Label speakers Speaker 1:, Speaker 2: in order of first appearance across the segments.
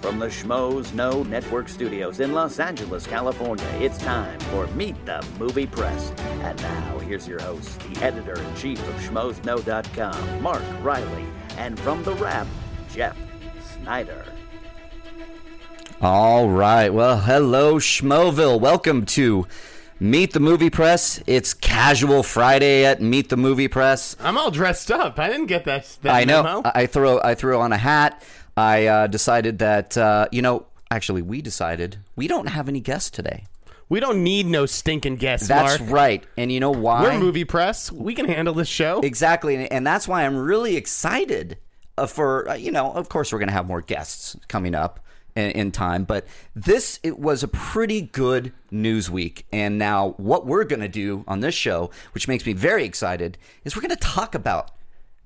Speaker 1: From the Schmoes No Network Studios in Los Angeles, California, it's time for Meet the Movie Press. And now, here's your host, the editor in chief of SchmoesNo.com, Mark Riley, and from The Wrap, Jeff Snyder.
Speaker 2: All right. Well, hello, Schmoville. Welcome to Meet the Movie Press. It's Casual Friday at Meet the Movie Press.
Speaker 3: I'm all dressed up. I didn't get that. that
Speaker 2: I know. Uh,
Speaker 3: memo.
Speaker 2: I I throw I threw on a hat. I uh, decided that uh, you know. Actually, we decided we don't have any guests today.
Speaker 3: we don't need no stinking guests,
Speaker 2: That's
Speaker 3: Mark.
Speaker 2: right. And you know why?
Speaker 3: We're movie press. We can handle this show.
Speaker 2: Exactly, and, and that's why I'm really excited uh, for uh, you know. Of course, we're going to have more guests coming up in, in time, but this it was a pretty good news week. And now, what we're going to do on this show, which makes me very excited, is we're going to talk about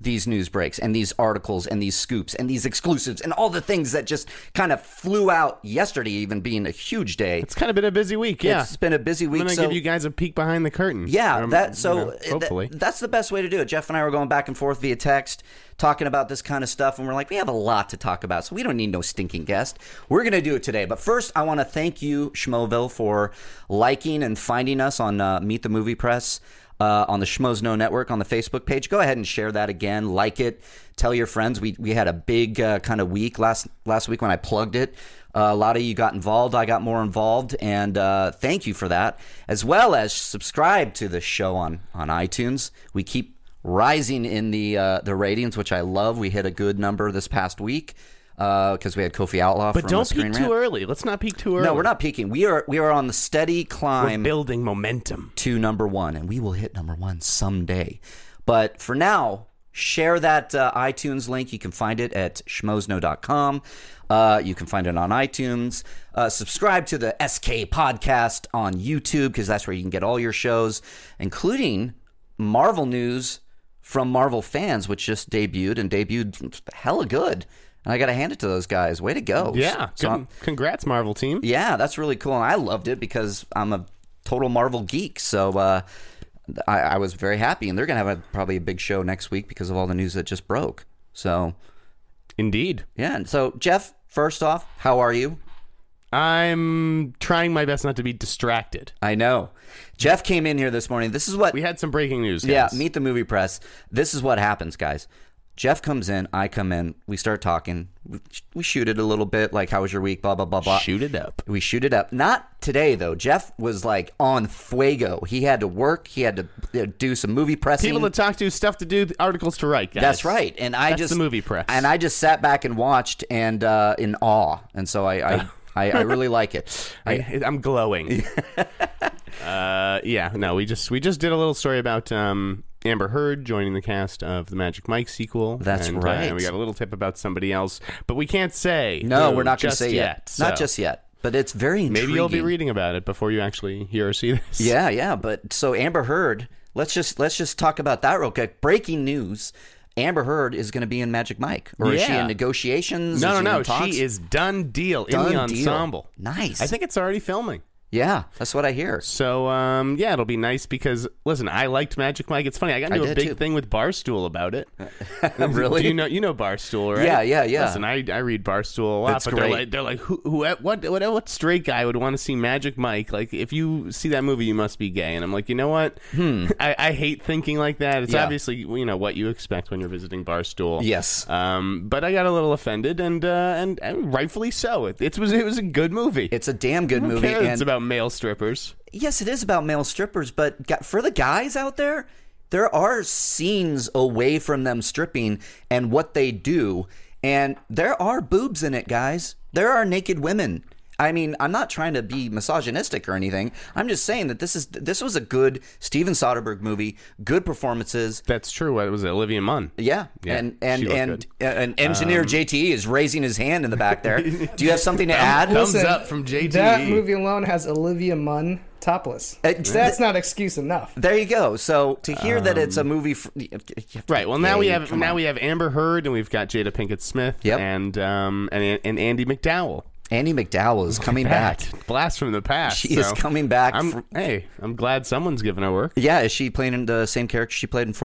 Speaker 2: these news breaks and these articles and these scoops and these exclusives and all the things that just kind of flew out yesterday, even being a huge day.
Speaker 3: It's kind of been a busy week. Yeah,
Speaker 2: It's been a busy week.
Speaker 3: I'm gonna
Speaker 2: so-
Speaker 3: give you guys a peek behind the curtain.
Speaker 2: yeah,
Speaker 3: Um,
Speaker 2: that
Speaker 3: you
Speaker 2: so
Speaker 3: know,
Speaker 2: it- that-
Speaker 3: hopefully.
Speaker 2: that's the best way to do it. Jeff and I were going back and forth via text, talking about this kind of stuff, and we're like, we have a lot to talk about, so we don't need no stinking guest. We're gonna do it today, but first, I want to thank you, Schmoville, for liking and finding us on uh, Meet the Movie Press. Uh, on the Schmoes No Network on the Facebook page. Go ahead and share that again. Like it. Tell your friends. We, we had a big uh, kind of week last last week when I plugged it. Uh, a lot of you got involved. I got more involved, and uh, thank you for that. As well as subscribe to the show on on iTunes. We keep rising in the uh, the ratings, which I love. We hit a good number this past week because we had Kofi Outlaw.
Speaker 3: but
Speaker 2: from
Speaker 3: don't
Speaker 2: the Screen
Speaker 3: peek
Speaker 2: Rant.
Speaker 3: too early. Let's not peek too early.
Speaker 2: No, we're not peaking. We are we are on the steady
Speaker 3: We're
Speaker 2: climb
Speaker 3: building momentum.
Speaker 2: to number one, and we will hit number one someday. But for now, share that uh, iTunes link. You can find it at schmozno.com. Uh, you can find it on iTunes. Uh, subscribe to the SK podcast on YouTube because that's where you can get all your shows, including Marvel news from Marvel fans, which just debuted and debuted hella good. And I got to hand it to those guys. Way to go.
Speaker 3: Yeah.
Speaker 2: So I'm-
Speaker 3: good- congrats, Marvel team.
Speaker 2: yeah, that's really cool, and I loved it because I'm a total Marvel geek. So uh, I, I was very happy, and they're gonna have a, probably a big show next week because of all the news that just broke. So
Speaker 3: Indeed.
Speaker 2: yeah, and so Jeff, first off, how are you?
Speaker 3: I'm trying my best not to be distracted.
Speaker 2: I know Jeff came in here this morning. This is what
Speaker 3: We had some breaking news.
Speaker 2: yeah
Speaker 3: guys.
Speaker 2: meet the movie press. This is what happens, guys. Jeff comes in, I come in, we start talking, we, we shoot it a little bit, like how was your week, blah blah blah blah.
Speaker 3: Shoot it up.
Speaker 2: We shoot it up. Not today though. Jeff was like on fuego. He had to work. He had to uh, do some movie pressing.
Speaker 3: People to talk to, stuff to do, articles to write. Guys.
Speaker 2: That's right. And I
Speaker 3: That's
Speaker 2: just
Speaker 3: the movie press.
Speaker 2: And I just sat back and watched and uh, in awe. And so I I, I, I really like it. I,
Speaker 3: I, I'm glowing. uh, yeah, no, we just we just did a little story about um, Amber Heard joining the cast of the Magic Mike sequel.
Speaker 2: That's
Speaker 3: and, uh,
Speaker 2: right.
Speaker 3: and we got a little tip about somebody else, but we can't say.
Speaker 2: no,
Speaker 3: who
Speaker 2: we're not going to
Speaker 3: just
Speaker 2: say
Speaker 3: yet.
Speaker 2: yet. Not
Speaker 3: so
Speaker 2: just yet. But it's very intriguing.
Speaker 3: Maybe you'll be reading about it before you actually hear or see this.
Speaker 2: Yeah, yeah, but so Amber Heard, let's just let's just talk about that real quick. Breaking news: Amber Heard is going to be in Magic Mike, or is she
Speaker 3: Yeah.
Speaker 2: in negotiations?
Speaker 3: No,
Speaker 2: Is
Speaker 3: no,
Speaker 2: she in
Speaker 3: no.
Speaker 2: talks?
Speaker 3: She is done deal in the
Speaker 2: Done deal.
Speaker 3: ensemble.
Speaker 2: Nice.
Speaker 3: I think it's already filming.
Speaker 2: Yeah, that's what I hear.
Speaker 3: So um, yeah, it'll be nice because listen, I liked Magic Mike. It's funny, I got
Speaker 2: I
Speaker 3: into a
Speaker 2: did,
Speaker 3: big
Speaker 2: too.
Speaker 3: thing with Barstool about it.
Speaker 2: Really?
Speaker 3: Do you know you know Barstool, right?
Speaker 2: Yeah, yeah, yeah.
Speaker 3: Listen, I, I read Barstool a lot,
Speaker 2: That's
Speaker 3: but
Speaker 2: great.
Speaker 3: they're like they're like who, who what, what what straight guy would want to see Magic Mike? Like if you see that movie, you must be gay. And I'm like, you know what? I, I hate thinking like that. It's
Speaker 2: Hmm. Yeah.
Speaker 3: obviously you know what you expect when you're visiting Barstool.
Speaker 2: Yes.
Speaker 3: Um, but I got a little offended, and uh, and, and rightfully so. It, it was it was a good movie.
Speaker 2: It's a damn good
Speaker 3: Who
Speaker 2: movie.
Speaker 3: cares?
Speaker 2: And
Speaker 3: it's about male strippers.
Speaker 2: yes, it is about male strippers, but gu- for the guys out there, there are scenes away from them stripping and what they do, and there are boobs in it, guys. There are naked women. I mean, I'm not trying to be misogynistic or anything. I'm just saying that this is this was a good Steven Soderbergh movie, good performances.
Speaker 3: That's true. What was it? Olivia Munn.
Speaker 2: Yeah,
Speaker 3: Yeah,
Speaker 2: and and
Speaker 3: she looked Um,
Speaker 2: and, uh, and engineer JTE is raising his hand in the back there. Do you have something to add?
Speaker 3: Thumbs up from E. JTE.
Speaker 4: That movie alone has Olivia Munn topless.
Speaker 2: Uh,
Speaker 4: That's not excuse enough.
Speaker 2: There you go. So to hear that it's a movie, for,
Speaker 3: Um, Right. Well, now we have now we have Amber Heard, and we've got Jada Pinkett Smith,
Speaker 2: Yep.
Speaker 3: and um and and Andy McDowell
Speaker 2: Andy McDowell is coming back.
Speaker 3: Blast from the past.
Speaker 2: She is
Speaker 3: so
Speaker 2: coming back.
Speaker 3: I'm
Speaker 2: from-
Speaker 3: hey, I'm glad someone's giving her work.
Speaker 2: yeah, is she playing in the same character she played in?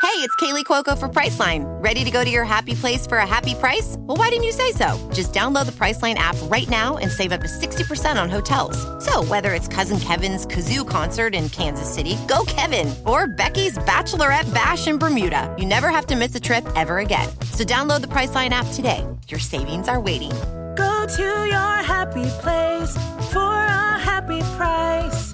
Speaker 5: Hey, it's Kaylee Cuoco for Priceline. Ready to go to your happy place for a happy price? Well, why didn't you say so? Just download the Priceline app right now and save up to 60% on hotels. So, whether it's Cousin Kevin's Kazoo concert in Kansas City, go Kevin, or Becky's Bachelorette Bash in Bermuda, you never have to miss a trip ever again. So, download the Priceline app today. Your savings are waiting.
Speaker 6: Go to your happy place for a happy price.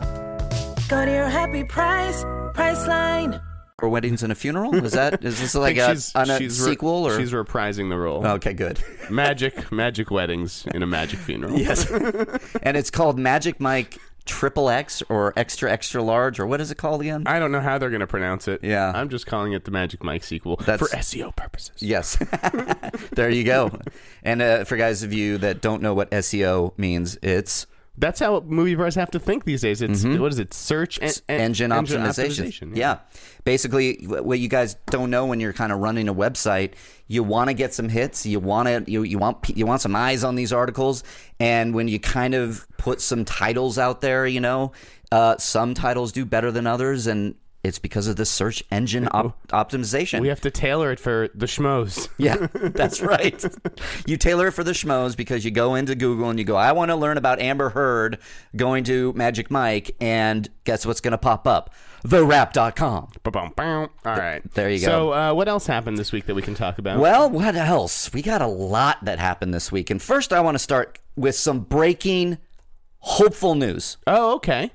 Speaker 6: Go to your happy price, Priceline.
Speaker 2: Or weddings and a funeral? Is that is this like
Speaker 3: I
Speaker 2: a,
Speaker 3: think she's,
Speaker 2: on a
Speaker 3: she's re-
Speaker 2: sequel or?
Speaker 3: she's reprising the role.
Speaker 2: okay, good.
Speaker 3: Magic, magic weddings in a magic funeral.
Speaker 2: Yes. and it's called Magic Mike Triple X or Extra Extra Large or what is it called again?
Speaker 3: I don't know how they're going to pronounce it.
Speaker 2: Yeah.
Speaker 3: I'm just calling it the Magic Mike sequel
Speaker 2: That's-
Speaker 3: for SEO purposes.
Speaker 2: Yes. there you go. And uh, for guys of you that don't know what SEO means, it's
Speaker 3: That's how movie bros have to think these days. It's what is it? Search en-
Speaker 2: Mm-hmm.
Speaker 3: en-
Speaker 2: engine, optimization. yeah. Basically, wh- what you guys don't know when you're kind of running a website, you want to get some hits, you want to you, you want pe- you want some eyes on these articles, and when you kind of put some titles out there, you know, uh, some titles do better than others, and it's because of the search engine op- optimization.
Speaker 3: We have to tailor it for the schmoes.
Speaker 2: Yeah, that's right. you tailor it for the schmoes because you go into Google and you go, I want to learn about Amber Heard going to Magic Mike, and guess what's going to pop up? TheRap.com.
Speaker 3: Ba-bum, bow. All right.
Speaker 2: there you go.
Speaker 3: So, uh, what else happened this week that we can talk about?
Speaker 2: Well, what else? We got a lot that happened this week. And first, I want to start with some breaking hopeful news.
Speaker 3: oh, okay.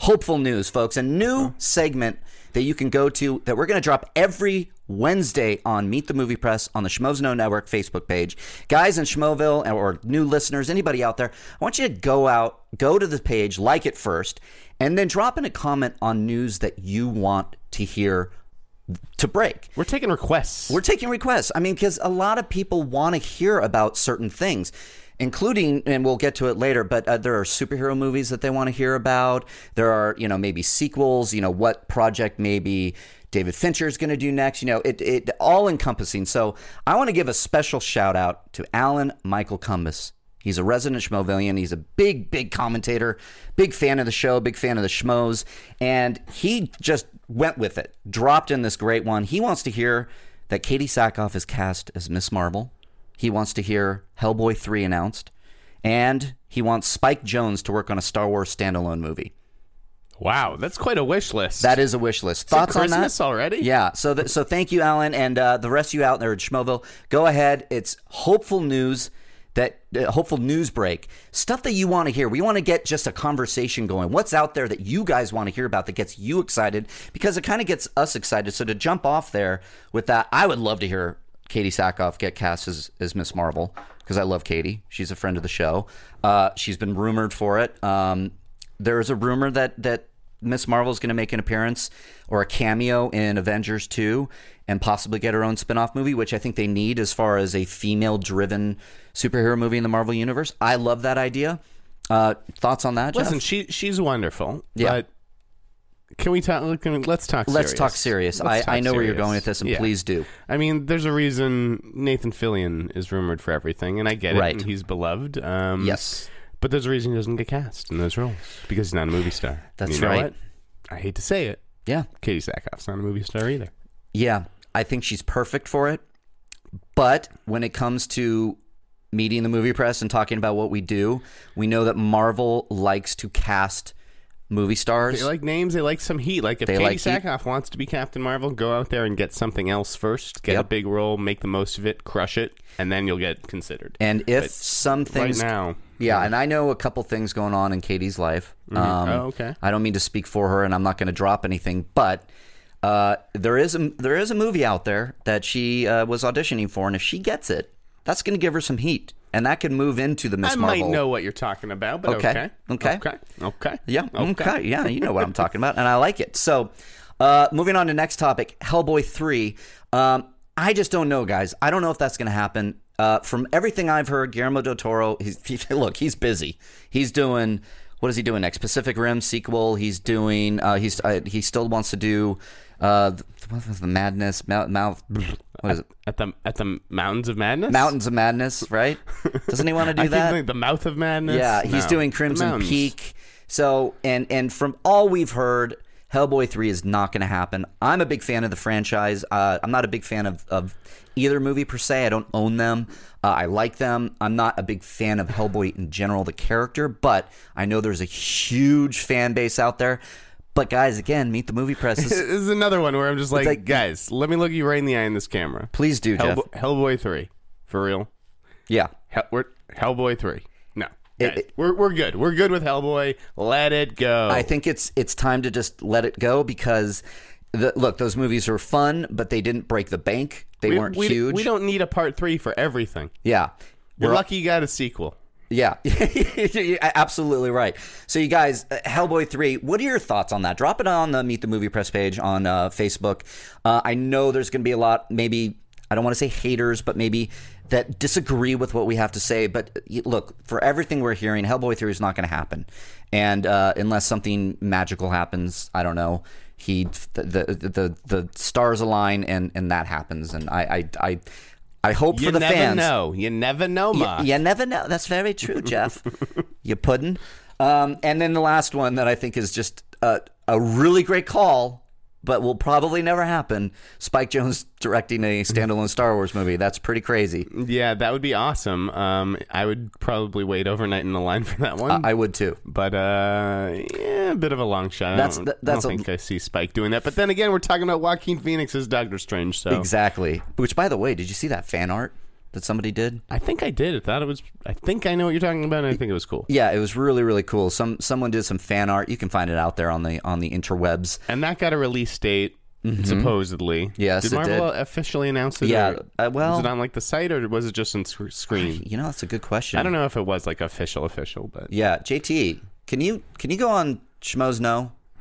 Speaker 2: hopeful news, folks. A new segment that you can go to that we're going to drop every Wednesday on Meet the Movie Press on the Schmoes No Network Facebook page. Guys in Schmoville uh, or new listeners, anybody out there, I want you to go out, go to the page, like it first, and then drop in a comment on news that you want to hear to break.
Speaker 3: We're taking requests.
Speaker 2: We're taking requests. I mean, because a lot of people want to hear about certain things, including, and we'll get to it later, but uh, there are superhero movies that they want to hear about. There are, you know, maybe sequels, you know, what project maybe David Fincher is going to do next, you know, it, it all encompassing. So I want to give a special shout out to Alan Michael Cumbus. He's a resident Schmovillian. He's a big, big commentator, big fan of the show, big fan of the Schmoes. And he just went with it, dropped in this great one. He wants to hear that Katie Sackhoff is cast as Miss Marvel. He wants to hear Hellboy 3 announced. And he wants Spike Jones to work on a Star Wars standalone movie.
Speaker 3: wow, that's quite a wish list.
Speaker 2: That is a wish list. Thoughts on
Speaker 3: Christmas
Speaker 2: that?
Speaker 3: already?
Speaker 2: Yeah. So, th- so thank you, Alan, and uh, the rest of you out there in Schmoville. Go ahead. It's hopeful news. That uh, hopeful news break stuff that you want to hear. We want to get just a conversation going. What's out there that you guys want to hear about that gets you excited? Because it kind of gets us excited. So to jump off there with that, I would love to hear Katie Sackhoff get cast as, as Miss Marvel because I love Katie. She's a friend of the show. Uh, she's been rumored for it. Um, there is a rumor that that Miss Marvel is going to make an appearance or a cameo in Avengers 2 and possibly get her own spin-off movie, which I think they need as far as a female-driven superhero movie in the Marvel universe. I love that idea. Uh, thoughts on that? Jeff?
Speaker 3: Listen, she she's wonderful.
Speaker 2: Yeah.
Speaker 3: But can we talk? Can, let's talk.
Speaker 2: let's
Speaker 3: serious.
Speaker 2: talk serious.
Speaker 3: Let's
Speaker 2: I,
Speaker 3: talk
Speaker 2: I know where you're
Speaker 3: serious.
Speaker 2: going with this, and
Speaker 3: Yeah.
Speaker 2: please do.
Speaker 3: I mean, there's a reason Nathan Fillion is rumored for everything, and I get it.
Speaker 2: Right.
Speaker 3: and he's beloved. Um,
Speaker 2: Yes.
Speaker 3: But there's a reason he doesn't get cast in those roles because he's not a movie star.
Speaker 2: That's
Speaker 3: You know
Speaker 2: right.
Speaker 3: what? I hate to say it.
Speaker 2: Yeah,
Speaker 3: Katie Sackhoff's not a movie star either.
Speaker 2: yeah. I think she's perfect for it. But when it comes to meeting the movie press and talking about what we do, we know that Marvel likes to cast movie stars.
Speaker 3: They like names. They like some heat. Like if
Speaker 2: They
Speaker 3: Katie
Speaker 2: like heat.
Speaker 3: Sackhoff wants to be Captain Marvel, go out there and get something else first. Get a
Speaker 2: Yep.
Speaker 3: big role, make the most of it, crush it, and then you'll get considered.
Speaker 2: And if some things,
Speaker 3: right now,
Speaker 2: yeah, and I know a couple things going on in Katie's life. Um,
Speaker 3: Oh, okay.
Speaker 2: I don't mean to speak for her, and I'm not going to drop anything, but uh, there is a there is a movie out there that she uh, was auditioning for, and if she gets it, that's going to give her some heat, and that can move into the Miss
Speaker 3: I
Speaker 2: Marvel.
Speaker 3: might know what you're talking about, but okay,
Speaker 2: Okay. Okay.
Speaker 3: okay, okay.
Speaker 2: Yeah. Okay. Yeah, you know what I'm talking about, and I like it. So, uh, moving on to next topic, Hellboy three. Um, I just don't know, guys. I don't know if that's going to happen. Uh, from everything I've heard, Guillermo del Toro. He's, he, look, he's busy. He's doing. What is he doing next? Pacific Rim sequel. He's doing. Uh, he's uh, he still wants to do. Uh, th- what was the madness? Mouth. mouth what is it?
Speaker 3: At the at the mountains of madness.
Speaker 2: Mountains of Madness, right? Doesn't he want to do
Speaker 3: I
Speaker 2: that?
Speaker 3: think the, the mouth of madness.
Speaker 2: Yeah, he's
Speaker 3: No.
Speaker 2: doing
Speaker 3: The
Speaker 2: Crimson
Speaker 3: mountains.
Speaker 2: Peak. So and and from all we've heard, Hellboy 3 is not going to happen. I'm a big fan of the franchise. Uh, I'm not a big fan of, of either movie per se. I don't own them. Uh, I like them. I'm not a big fan of Hellboy in general, the character, but I know there's a huge fan base out there. But guys, again, meet the movie press.
Speaker 3: this
Speaker 2: This-
Speaker 3: is another one where I'm just like,
Speaker 2: like-
Speaker 3: guys, let me look you right in the eye in this camera.
Speaker 2: Please do, Jeff.
Speaker 3: Hellbo- Hellboy three, for real.
Speaker 2: Yeah.
Speaker 3: Hell, we're, Hellboy three. No,
Speaker 2: It-
Speaker 3: Guys,
Speaker 2: it-
Speaker 3: we're we're good. We're good with Hellboy. Let it go.
Speaker 2: I think it's it's time to just let it go because the, look, those movies were fun, but they didn't break the bank. They
Speaker 3: we,
Speaker 2: weren't
Speaker 3: we-
Speaker 2: huge.
Speaker 3: We don't need a part three for everything.
Speaker 2: yeah.
Speaker 3: You're lucky you got a sequel.
Speaker 2: Yeah, You're absolutely right. So, you guys, uh, Hellboy 3, what are your thoughts on that? Drop it on the Meet the Movie Press page on uh, Facebook. Uh, I know there's going to be a lot, maybe, I don't want to say haters, but maybe that disagree with what we have to say. But uh, y- look, for everything we're hearing, Hellboy 3 is not going to happen. And uh, unless something magical happens, I don't know. He the the the, the stars align and, and that happens and I I I, I hope
Speaker 3: You
Speaker 2: for the
Speaker 3: never
Speaker 2: fans
Speaker 3: know. You never know, Ma.
Speaker 2: Y- You never know. That's very true, Jeff. you puddin'. Um, and then the last one that I think is just a, a really great call, but will probably never happen. Spike Jones directing a standalone Star Wars movie. That's pretty crazy.
Speaker 3: Yeah, that would be awesome. Um, I would probably wait overnight in the line for that one.
Speaker 2: I would too.
Speaker 3: but uh, yeah, a bit of a long shot.
Speaker 2: That's-
Speaker 3: I don't,
Speaker 2: that- that's
Speaker 3: I don't
Speaker 2: a-
Speaker 3: think I see Spike doing that. But then again, we're talking about Joaquin Phoenix as Doctor Strange, so
Speaker 2: Exactly. Which, by the way, did you see that fan art that somebody did?
Speaker 3: I think I did. I thought it was. I think I know what you're talking about. and I think it was cool.
Speaker 2: Yeah, it was really really cool. Some someone did some fan art. You can find it out there on the on the interwebs.
Speaker 3: And that got a release date, supposedly.
Speaker 2: Mm-hmm. Yes,
Speaker 3: Did
Speaker 2: it
Speaker 3: Marvel officially announce it?
Speaker 2: Yeah,
Speaker 3: or
Speaker 2: uh, well-
Speaker 3: was it on like the site or was it just on sc- screen?
Speaker 2: You know, that's a good question.
Speaker 3: I don't know if it was like official, official, but
Speaker 2: Yeah, JT, can you can you go on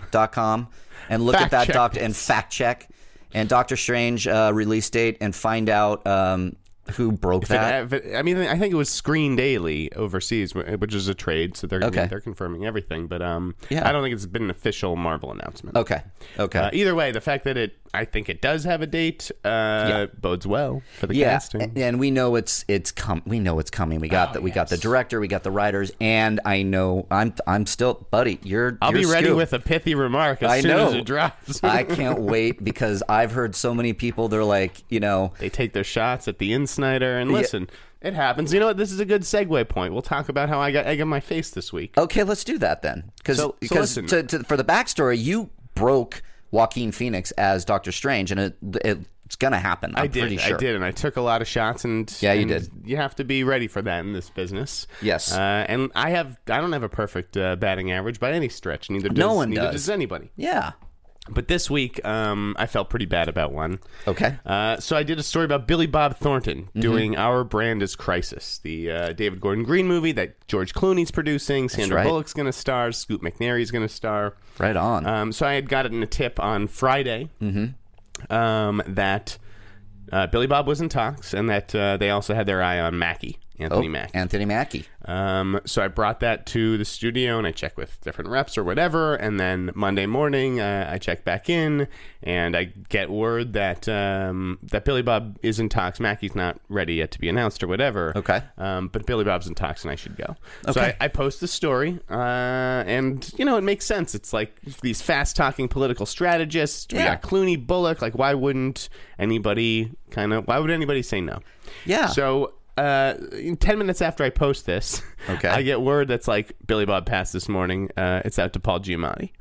Speaker 2: schmozno.com and look at
Speaker 3: Fact
Speaker 2: that
Speaker 3: check
Speaker 2: doctor and fact check and Doctor Strange uh, release date and find out um, who broke
Speaker 3: But
Speaker 2: that.
Speaker 3: I- but- I mean, I think it was Screen Daily overseas, wh- which is a trade, so they're I mean,
Speaker 2: Okay.
Speaker 3: they're confirming everything. But um,
Speaker 2: Yeah.
Speaker 3: I don't think it's been an official Marvel announcement.
Speaker 2: okay, okay,
Speaker 3: Uh, either way, the fact that it, I think it does have a date, uh, bodes well for the
Speaker 2: yeah,
Speaker 3: casting. Oh,
Speaker 2: and, and we know it's it's com- we know it's coming. We got that. We got the director. We got the writers, and I know I'm I'm still, buddy. You're
Speaker 3: I'll be
Speaker 2: you're
Speaker 3: ready
Speaker 2: scoop.
Speaker 3: with a pithy remark as
Speaker 2: I
Speaker 3: soon
Speaker 2: know
Speaker 3: as it drops.
Speaker 2: I can't wait because I've heard so many people. They're like, you know,
Speaker 3: they take their shots at the insnider, and listen, it happens. You know what? This is a good segue point. We'll talk about how I got egg on my face this week.
Speaker 2: Okay, let's do that then. Because
Speaker 3: So- so listen.
Speaker 2: to, to, for the backstory, you broke Joaquin Phoenix as Doctor Strange, and it, it's going to happen. I'm
Speaker 3: I did.
Speaker 2: Pretty sure.
Speaker 3: I did, and I took a lot of shots. And
Speaker 2: Yeah, you
Speaker 3: and
Speaker 2: did.
Speaker 3: You have to be ready for that in this business.
Speaker 2: Yes.
Speaker 3: Uh, and I have. I don't have a perfect uh, batting average by any stretch. Neither does
Speaker 2: No one
Speaker 3: neither
Speaker 2: does.
Speaker 3: anybody.
Speaker 2: Yeah.
Speaker 3: But this week, um, I felt pretty bad about one.
Speaker 2: Okay.
Speaker 3: Uh, so I did a story about Billy Bob Thornton
Speaker 2: Mm-hmm.
Speaker 3: doing "Our Brand Is Crisis," the uh, David Gordon Green movie that George Clooney's producing. Sandra
Speaker 2: right.
Speaker 3: Bullock's going to star. Scoot McNairy's going to star.
Speaker 2: Right on.
Speaker 3: Um, so I had gotten a tip on Friday
Speaker 2: Mm-hmm.
Speaker 3: um, that uh, Billy Bob was in talks, and that uh, they also had their eye on Mackey, Anthony Mackey.
Speaker 2: Oh, Anthony Mackie.
Speaker 3: Um, so I brought that to the studio, and I checked with different reps or whatever. And then Monday morning, uh, I check back in, and I get word that um, that Billy Bob is in talks. Mackey's not ready yet to be announced or whatever.
Speaker 2: Okay.
Speaker 3: Um, but Billy Bob's in talks, and I should go. So
Speaker 2: Okay.
Speaker 3: I, I post the story, uh, and you know it makes sense. It's like these fast talking political strategists. We
Speaker 2: Yeah.
Speaker 3: got Clooney, Bullock. Like, why wouldn't anybody kind of? Why would anybody say no?
Speaker 2: Yeah.
Speaker 3: So uh, in ten minutes after I post this,
Speaker 2: Okay.
Speaker 3: I get word that's like Billy Bob passed this morning. Uh, it's out to Paul Giamatti.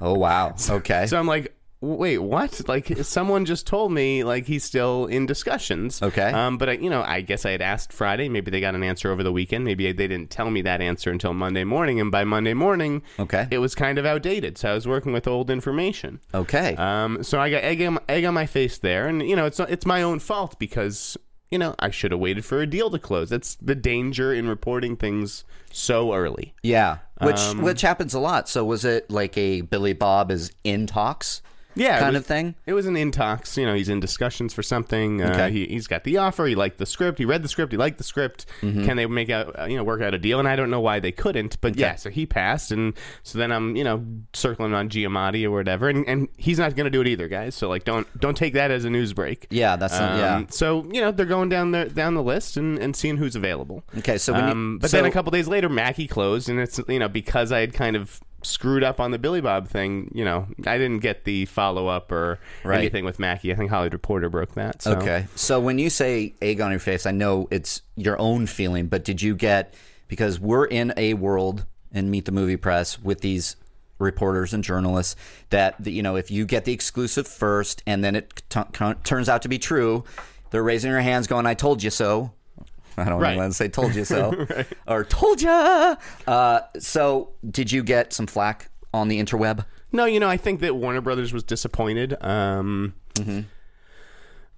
Speaker 2: Oh, wow. Okay.
Speaker 3: So I'm like, wait, what? Like someone just told me like he's still in discussions.
Speaker 2: Okay.
Speaker 3: Um, but I, you know, I guess I had asked Friday. Maybe they got an answer over the weekend. Maybe they didn't tell me that answer until Monday morning. And by Monday morning,
Speaker 2: Okay.
Speaker 3: it was kind of outdated. So I was working with old information.
Speaker 2: okay.
Speaker 3: Um, so I got egg on, egg on my face there, and you know it's not, it's my own fault because you know I should have waited for a deal to close. That's the danger in reporting things so early.
Speaker 2: yeah. Which
Speaker 3: um,
Speaker 2: which happens a lot. So was it like a Billy Bob is in talks?
Speaker 3: Yeah, it
Speaker 2: Kind
Speaker 3: was-
Speaker 2: of thing.
Speaker 3: It was an intox. You know, he's in discussions for something. Uh,
Speaker 2: Okay.
Speaker 3: he, he's got the offer. He liked the script. He read the script. He liked the script.
Speaker 2: Mm-hmm.
Speaker 3: Can they make out, uh, you know, work out a deal? And I don't know why they couldn't. But yeah, so he passed. And so then I'm, you know, circling on Giamatti or whatever. And, and he's not going to do it either, guys. So like, don't don't take that as a news break. Um,
Speaker 2: Yeah, that's not- yeah.
Speaker 3: So you know, they're going down the down the list and, and seeing who's available.
Speaker 2: Okay, so when you-
Speaker 3: um, but
Speaker 2: so-
Speaker 3: then a couple days later, Mackey closed, and it's you know because I had kind of screwed up on the Billy Bob thing, you know, I didn't get the follow up or
Speaker 2: Right.
Speaker 3: anything with Mackie. I think Hollywood Reporter broke that. So.
Speaker 2: Okay. So when you say egg on your face, I know it's your own feeling, but did you get because we're in a world and meet the movie press with these reporters and journalists that that, you know if you get the exclusive first and then it t- t- turns out to be true, they're raising their hands going I told you so. I don't
Speaker 3: Right.
Speaker 2: know when to say told you so or told ya. Uh, so did you get some flack on the interweb?
Speaker 3: No, you know, I think that Warner Brothers was disappointed. Um,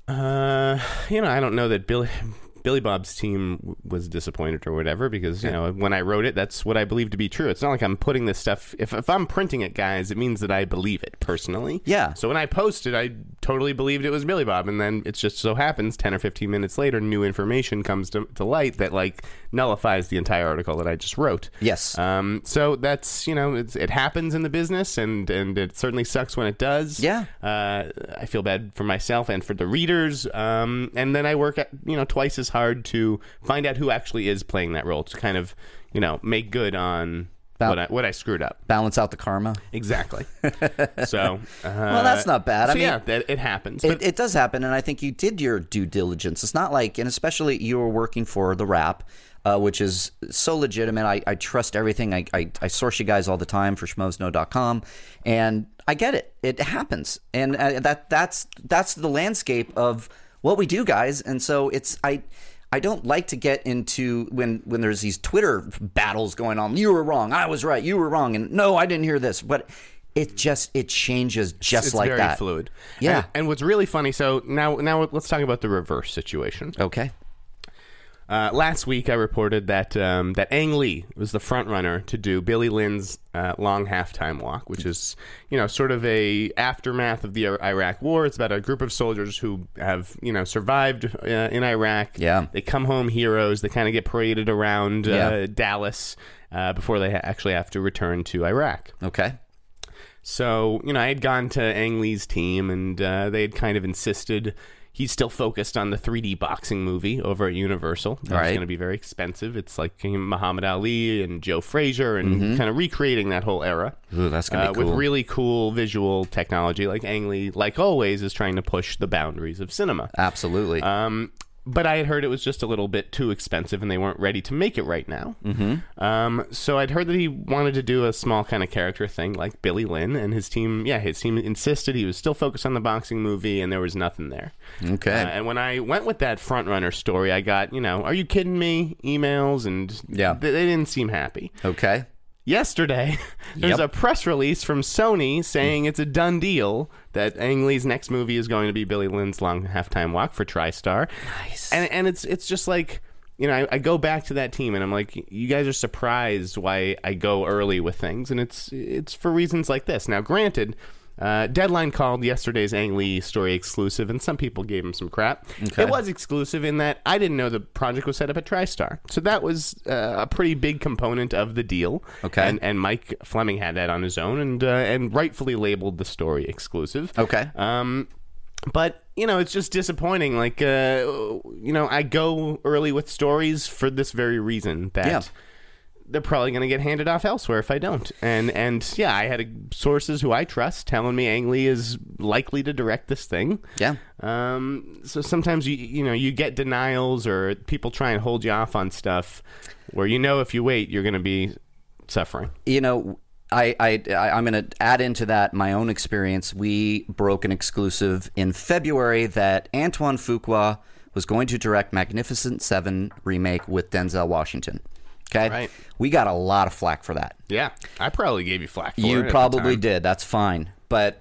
Speaker 3: uh, you know, I don't know that Billy. Billy Bob's team w- was disappointed or whatever because you know when I wrote it, that's what I believe to be true. It's not like I'm putting this stuff. If, if I'm printing it, guys, it means that I believe it personally.
Speaker 2: Yeah.
Speaker 3: So when I posted, I totally believed it was Billy Bob, and then it just so happens ten or fifteen minutes later, new information comes to, to light that like nullifies the entire article that I just wrote.
Speaker 2: Yes.
Speaker 3: Um, so that's you know it's, it happens in the business, and and it certainly sucks when it does.
Speaker 2: Yeah.
Speaker 3: Uh, I feel bad for myself and for the readers. Um, and then I work at, you know twice as hard to find out who actually is playing that role to kind of you know make good on
Speaker 2: About-
Speaker 3: what I, what I screwed up.
Speaker 2: Balance out the
Speaker 3: uh,
Speaker 2: karma.
Speaker 3: Exactly. so. Uh,
Speaker 2: Well, that's not bad. I
Speaker 3: so
Speaker 2: mean-
Speaker 3: yeah, that, it happens.
Speaker 2: It,
Speaker 3: but-
Speaker 2: it does happen, and I think you did your due diligence. It's not like, and especially you were working for the rap, uh, which is so legitimate. I, I trust everything. I, I, I source you guys all the time for schmoesno.com, and I get it. It happens, and uh, that that's that's the landscape of what we do, guys. And so it's I. I don't like to get into when when there's these Twitter battles going on. You were wrong. I was right. You were wrong. And no, I didn't hear this. But it just it changes just
Speaker 3: it's
Speaker 2: like
Speaker 3: very
Speaker 2: that.
Speaker 3: fluid.
Speaker 2: Yeah.
Speaker 3: And, and what's really funny, so now now let's talk about the reverse situation.
Speaker 2: Okay.
Speaker 3: Uh, last week, I reported that um, that Ang Lee was the front runner to do Billy Lynn's uh, long halftime walk, which is you know sort of a aftermath of the Ir- Iraq War. It's about a group of soldiers who have you know survived uh, in Iraq.
Speaker 2: Yeah.
Speaker 3: they come home heroes. They kind of get paraded around uh,
Speaker 2: Yeah.
Speaker 3: Dallas uh, before they ha- actually have to return to Iraq.
Speaker 2: Okay.
Speaker 3: So, you know, I had gone to Ang Lee's team and uh, they had kind of insisted he's still focused on the 3D boxing movie over at Universal. That's
Speaker 2: Right.
Speaker 3: going to be very expensive. It's like Muhammad Ali and Joe Frazier and kind of recreating that whole era.
Speaker 2: Mm-hmm.
Speaker 3: uh,
Speaker 2: Ooh, that's gonna be
Speaker 3: With
Speaker 2: cool.
Speaker 3: really cool visual technology. Like Ang Lee, like always, is trying to push the boundaries of cinema.
Speaker 2: Absolutely.
Speaker 3: Um, but I had heard it was just a little bit too expensive and they weren't ready to make it right now. Mm-hmm. Um, so I'd heard that he wanted to do a small kind of character thing like Billy Lynn and his team. Yeah, his team insisted he was still focused on the boxing movie and there was nothing there.
Speaker 2: Okay.
Speaker 3: Uh, and when I went with that frontrunner story, I got, you know, are you kidding me? Emails and
Speaker 2: Yeah.
Speaker 3: they, they didn't seem happy.
Speaker 2: okay.
Speaker 3: Yesterday, there's
Speaker 2: Yep.
Speaker 3: a press release from Sony saying it's a done deal that Ang Lee's next movie is going to be Billy Lynn's long halftime walk for TriStar. Nice. And and it's it's just like you know, I, I go back to that team and I'm like, you guys are surprised why I go early with things, and it's it's for reasons like this. Now, granted, uh, Deadline called yesterday's Ang Lee story exclusive, and some people gave him some crap. It was exclusive in that I didn't know the project was set up at TriStar, so that was uh, a pretty big component of the deal.
Speaker 2: Okay.
Speaker 3: and and Mike Fleming had that on his own, and uh, and rightfully labeled the story exclusive.
Speaker 2: Okay.
Speaker 3: Um, but you know, it's just disappointing. Like, uh, you know, I go early with stories for this very reason that
Speaker 2: Yeah.
Speaker 3: they're probably going to get handed off elsewhere if I don't. And and yeah, I had uh, sources who I trust telling me Ang Lee is likely to direct this thing.
Speaker 2: Yeah.
Speaker 3: Um. So sometimes you you know you get denials or people try and hold you off on stuff where you know if you wait you're going to be suffering.
Speaker 2: You know, I, I, I I'm going to add into that my own experience. We broke an exclusive in February that Antoine Fuqua was going to direct Magnificent Seven remake with Denzel Washington. Okay.
Speaker 3: Right.
Speaker 2: We got a lot of flack for that.
Speaker 3: Yeah, I probably gave you flack. For
Speaker 2: You
Speaker 3: it at the
Speaker 2: probably
Speaker 3: time.
Speaker 2: did. That's fine. But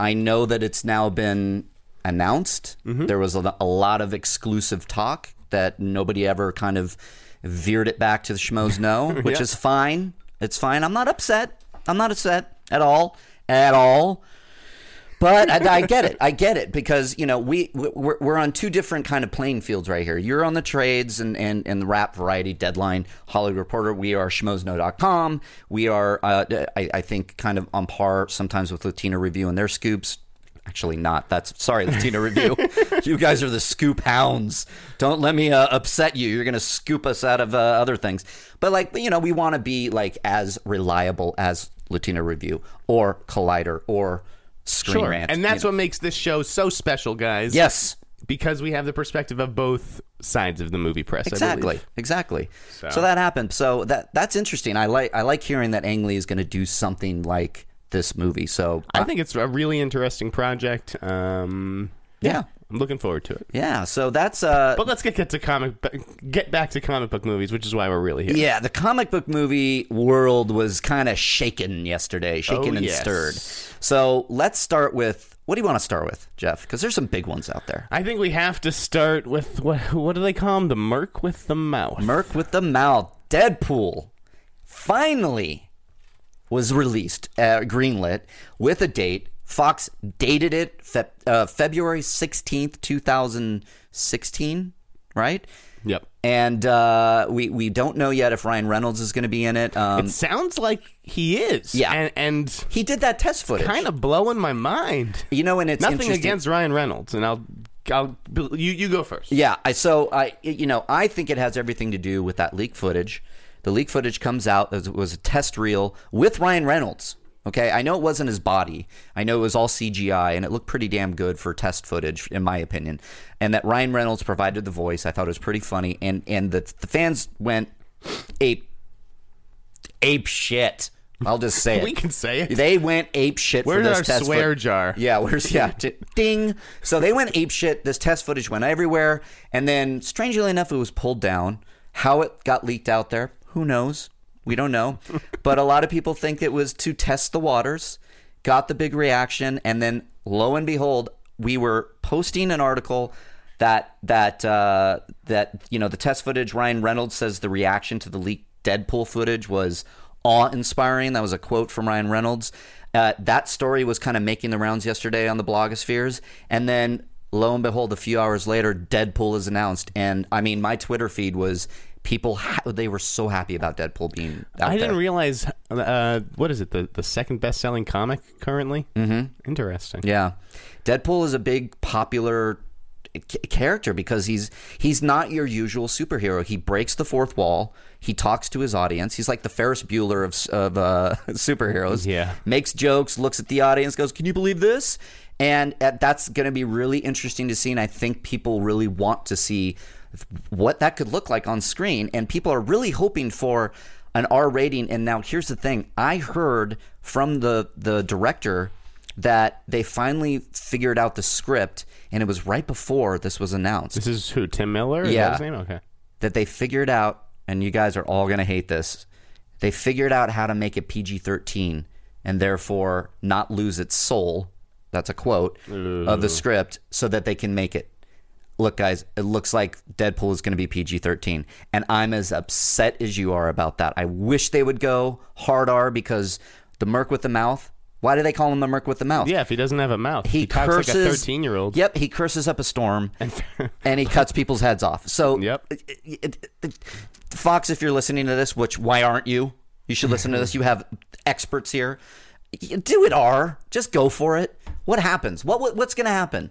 Speaker 2: I know that it's now been announced.
Speaker 3: Mm-hmm.
Speaker 2: There was a, a lot of exclusive talk that nobody ever kind of veered it back to the schmoes no, which is fine. It's fine. I'm not upset. I'm not upset at all. At all. But I, I get it. I get it because you know we we're, we're on two different kind of playing fields right here. You're on the trades and and, and the rap variety deadline, Hollywood Reporter. We are schmozno.com. We are uh, I, I think kind of on par sometimes with Latino Review and their scoops. Actually, not. That's sorry, Latino Review. You guys are the scoop hounds. Don't let me uh, upset you. You're gonna scoop us out of uh, other things. But like you know, we want to be like as reliable as Latino Review or Collider or Screen
Speaker 3: Sure.
Speaker 2: Rant.
Speaker 3: and
Speaker 2: you
Speaker 3: that's
Speaker 2: know.
Speaker 3: what makes this show so special, guys.
Speaker 2: Yes.
Speaker 3: because we have the perspective of both sides of the movie press. I
Speaker 2: Exactly.
Speaker 3: believe.
Speaker 2: Exactly. So. that happened. So that that's interesting. I like I like hearing that Ang Lee is going to do something like this movie. So
Speaker 3: I,
Speaker 2: uh,
Speaker 3: think it's a really interesting project. Um,
Speaker 2: yeah.
Speaker 3: I'm looking forward to it.
Speaker 2: Yeah, so that's uh
Speaker 3: But let's get, get to comic get back to comic book movies, which is why we're really here.
Speaker 2: yeah, the comic book movie world was kind of shaken yesterday, shaken
Speaker 3: Oh,
Speaker 2: and
Speaker 3: yes.
Speaker 2: stirred. So let's start with what do you want to start with, Jeff? Because there's some big ones out there.
Speaker 3: I think we have to start with what what do they call him? The Merc with the mouth.
Speaker 2: Merc with the mouth, Deadpool, finally was released, uh, greenlit with a date. Fox dated it Feb uh, February sixteenth, two thousand sixteen, right?
Speaker 3: Yep.
Speaker 2: And uh, we we don't know yet if Ryan Reynolds is going to be in it. Um,
Speaker 3: It sounds like he is.
Speaker 2: Yeah.
Speaker 3: and, and
Speaker 2: he did that test footage,
Speaker 3: kind of blowing my mind.
Speaker 2: You know, and it's
Speaker 3: Nothing
Speaker 2: interesting-
Speaker 3: against Ryan Reynolds, and I'll I'll you you go first.
Speaker 2: Yeah, I so I you know I think it has everything to do with that leak footage. The leak footage comes out as it was a test reel with Ryan Reynolds. Okay, I know it wasn't his body. I know it was all CGI, and it looked pretty damn good for test footage, in my opinion. And that Ryan Reynolds provided the voice. I thought it was pretty funny, and and the the fans went ape ape shit. I'll just say it.
Speaker 3: We can say it.
Speaker 2: They went ape shit. for
Speaker 3: Where's
Speaker 2: this
Speaker 3: our
Speaker 2: test
Speaker 3: swear
Speaker 2: foot-
Speaker 3: jar?
Speaker 2: Yeah, where's yeah? t- ding. So they went ape shit. This test footage went everywhere, and then strangely enough, it was pulled down. How it got leaked out there, who knows? We don't know. but a lot of people think it was to test the waters. Got the big reaction, and then lo and behold, we were posting an article that that uh, that you know the test footage. Ryan Reynolds says the reaction to the leaked Deadpool footage was awe-inspiring. That was a quote from Ryan Reynolds. Uh, that story was kind of making the rounds yesterday on the blogospheres, and then lo and behold, a few hours later, Deadpool is announced. And I mean, my Twitter feed was people. Ha- they were so happy about Deadpool being. Out
Speaker 3: I didn't
Speaker 2: there.
Speaker 3: realize. Uh, what is it? The the second best selling comic currently. Mm-hmm. Interesting.
Speaker 2: Yeah, Deadpool is a big popular c- character because he's he's not your usual superhero. He breaks the fourth wall. He talks to his audience. He's like the Ferris Bueller of s- of uh, superheroes.
Speaker 3: Yeah.
Speaker 2: makes jokes, looks at the audience, goes, "Can you believe this?" And uh, that's going to be really interesting to see. And I think people really want to see what that could look like on screen. And people are really hoping for an R rating. And now here's the thing: I heard from the the director that they finally figured out the script, and it was right before this was announced
Speaker 3: This is who Tim Miller. Is that
Speaker 2: Yeah.
Speaker 3: his name? Okay.
Speaker 2: that they figured out, and you guys are all going to hate this. They figured out how to make it PG 13 and therefore not lose its soul. That's a quote of the script so that they can make it. Look, guys, it looks like Deadpool is going to be PG 13. And I'm as upset as you are about that. I wish they would go hard R because the Merc with the Mouth. Why do they call him the Merc with the Mouth?
Speaker 3: Yeah. If he doesn't have a mouth,
Speaker 2: He,
Speaker 3: he, talks
Speaker 2: curses.
Speaker 3: like a thirteen year old.
Speaker 2: Yep, he curses up a storm, and he cuts people's heads off. So,
Speaker 3: Yep.
Speaker 2: it- it- it- Fox, if you're listening to this, which why aren't you? You should listen to this. You have experts here. Y- Do it, R. Just go for it. What happens? What, what what's going to happen?